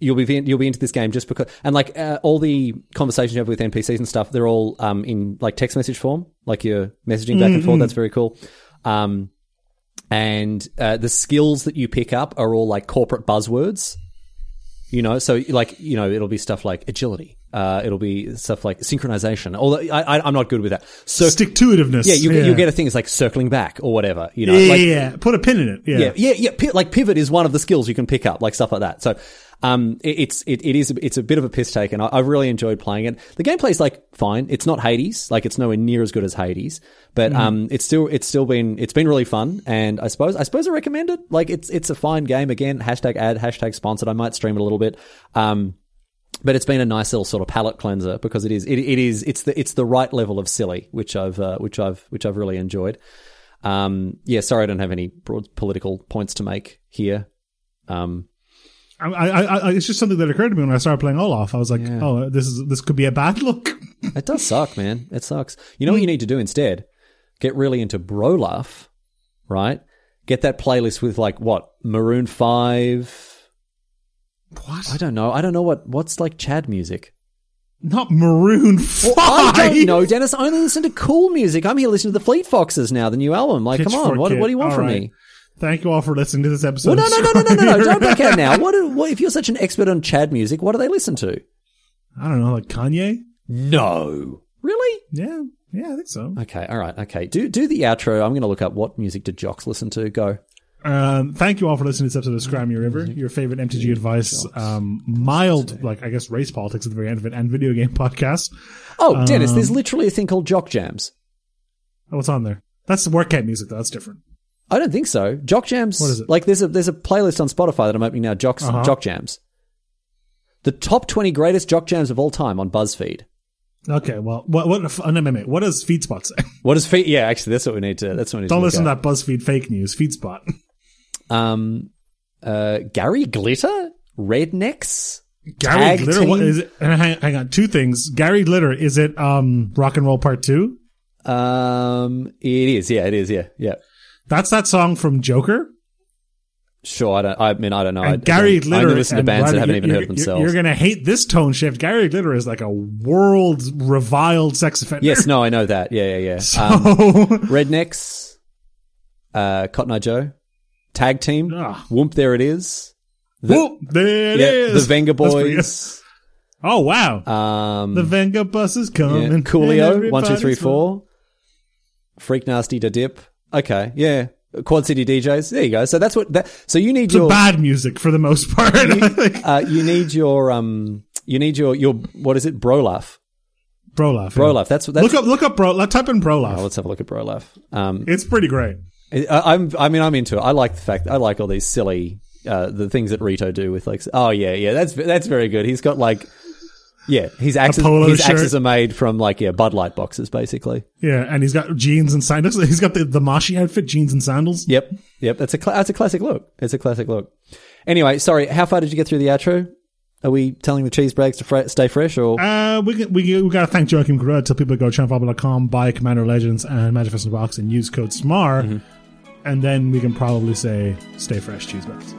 Speaker 1: you'll be you'll be into this game just because and like uh, all the conversations you have with NPCs and stuff, they're all um, in like text message form, like you're messaging back and forth.
Speaker 2: Mm-hmm.
Speaker 1: That's very cool. Um, and uh, the skills that you pick up are all like corporate buzzwords. You know, so like you know, it'll be stuff like agility. Uh, it'll be stuff like synchronization. Although I, I, I'm not good with that. So
Speaker 2: Stick to itiveness.
Speaker 1: yeah, you, you get a thing that's like circling back or whatever. You know,
Speaker 2: yeah,
Speaker 1: like,
Speaker 2: yeah. Put a pin in it. Yeah.
Speaker 1: yeah, yeah, yeah. Pi- like pivot is one of the skills you can pick up, like stuff like that. So, um, it, it's it, it is it's a bit of a piss take, and I, I really enjoyed playing it. The gameplay's like fine. It's not Hades, like it's nowhere near as good as Hades, but um, it's still it's still been it's been really fun, and I suppose I suppose I recommend it. Like it's it's a fine game again. Hashtag ad hashtag sponsored. I might stream it a little bit. Um, but it's been a nice little sort of palate cleanser because it is it, it is it's the it's the right level of silly which I've uh, which I've which I've really enjoyed. Um, yeah, sorry, I don't have any broad political points to make here. Um,
Speaker 2: I, I, I, I- it's just something that occurred to me when I started playing Olaf. I was like, oh, this is this could be a bad look.
Speaker 1: it does suck, man. It sucks. You know what you
Speaker 2: Hmm.
Speaker 1: need to do instead? Get really into Brolaf, right? Get that playlist with like what Maroon Five.
Speaker 2: What?
Speaker 1: I don't know. I don't know what what's like Chad music.
Speaker 2: Not Maroon Five.
Speaker 1: I don't know, Dennis. I only listen to cool music. I'm here listening to the Fleet Foxes now, the new album. Like, come on,
Speaker 2: Pitchfork
Speaker 1: what,
Speaker 2: Kid.
Speaker 1: what do you want
Speaker 2: All
Speaker 1: from
Speaker 2: right.
Speaker 1: me?
Speaker 2: Thank you all for listening to this episode.
Speaker 1: Well, no, no, no, no, no, no, no. Don't back out now. What, do- what if you're such an expert on Chad music? What do they listen to?
Speaker 2: I don't know, like Kanye?
Speaker 1: No, really?
Speaker 2: Yeah. Yeah, I think so.
Speaker 1: Okay, all right, okay. Do do the outro. I'm going to look up what music did jocks listen to. Go.
Speaker 2: Um, thank you all for listening to this episode of Scram Your River, your favorite MTG advice, um, mild, like, I guess, race politics at the very end of it, and video game podcast.
Speaker 1: Oh, Dennis,
Speaker 2: Um,
Speaker 1: there's literally a thing called jock jams.
Speaker 2: Oh, what's on there? That's the workout music, though. That's different.
Speaker 1: I don't think so. Jock jams.
Speaker 2: What is it?
Speaker 1: Like there's a there's a playlist on Spotify that I'm opening now. Jocks
Speaker 2: Uh-huh.
Speaker 1: jock jams. The top 20 greatest jock jams of all time on BuzzFeed.
Speaker 2: Okay, well, what, what, oh, no, no, no. what does FeedSpot say?
Speaker 1: What is feet? Yeah, actually, that's what we need to. That's what we need
Speaker 2: Don't
Speaker 1: to
Speaker 2: listen
Speaker 1: look
Speaker 2: to that BuzzFeed fake news. FeedSpot.
Speaker 1: up. Um, uh, Gary Glitter, rednecks.
Speaker 2: Gary
Speaker 1: Tag
Speaker 2: Glitter
Speaker 1: team?
Speaker 2: what is it? and hang, hang on, two things. Gary Glitter is it um Rock and Roll Part 2?
Speaker 1: Um, it is. Yeah, it is. Yeah, yeah.
Speaker 2: That's that song from Joker.
Speaker 1: Sure. I don't. I mean, I don't know. I,
Speaker 2: And Gary
Speaker 1: again, I
Speaker 2: Glitter
Speaker 1: only listen to
Speaker 2: and
Speaker 1: bands that
Speaker 2: Roddy,
Speaker 1: haven't
Speaker 2: you-
Speaker 1: even
Speaker 2: you-
Speaker 1: heard of
Speaker 2: you-
Speaker 1: themselves.
Speaker 2: You're going to hate this tone shift. Gary Glitter is like a world reviled sex offender.
Speaker 1: yes. No, I know that. Yeah, yeah,
Speaker 2: So,
Speaker 1: yeah. Um, Rednecks, uh, Cotton Eye Joe, Tag Team,
Speaker 2: Ah.
Speaker 1: Whoop. There it is.
Speaker 2: whoop, there it
Speaker 1: yeah,
Speaker 2: is.
Speaker 1: the Venga
Speaker 2: That's pretty good.
Speaker 1: Boys.
Speaker 2: Oh wow,
Speaker 1: Um,
Speaker 2: the Venga bus is
Speaker 1: yeah,
Speaker 2: coming.
Speaker 1: Coolio, one, two,
Speaker 2: Everybody's
Speaker 1: three,
Speaker 2: fun.
Speaker 1: four. Freak nasty to dip. Okay, yeah. Quad City DJs. There you go. So that's what. That, so you need
Speaker 2: It's
Speaker 1: your
Speaker 2: bad music for the most part. I think.
Speaker 1: uh, you need your um you need your your what is it Brolaf
Speaker 2: Brolaf. yeah.
Speaker 1: Brolaf. That's that's.
Speaker 2: Look up, look up, bro. like, Type in
Speaker 1: Oh,
Speaker 2: Brolaf.
Speaker 1: let's have a look at Brolaf. Um,
Speaker 2: It's pretty great.
Speaker 1: I, I'm I mean I'm into it. I like the fact I like all these silly uh the things that Rito do with like oh yeah yeah that's that's very good. He's got like. Yeah, his axes,
Speaker 2: polo
Speaker 1: his
Speaker 2: shirt.
Speaker 1: axes are made from like yeah Bud Light boxes basically.
Speaker 2: Yeah, and he's got jeans and sandals. He's got the, the Mashi outfit, jeans and sandals.
Speaker 1: Yep, yep. That's a cla that's a classic look. It's a classic look. Anyway, sorry. How far did you get through the outro? Are we telling the cheese breaks to fre- stay fresh or
Speaker 2: Uh, we, can- we, we got to thank Joachim Correa. Tell people to go to chanfable.com, buy Commander Legends and Manifest in the Box, and use code SMAR. And then we can probably say, stay fresh, cheese bags.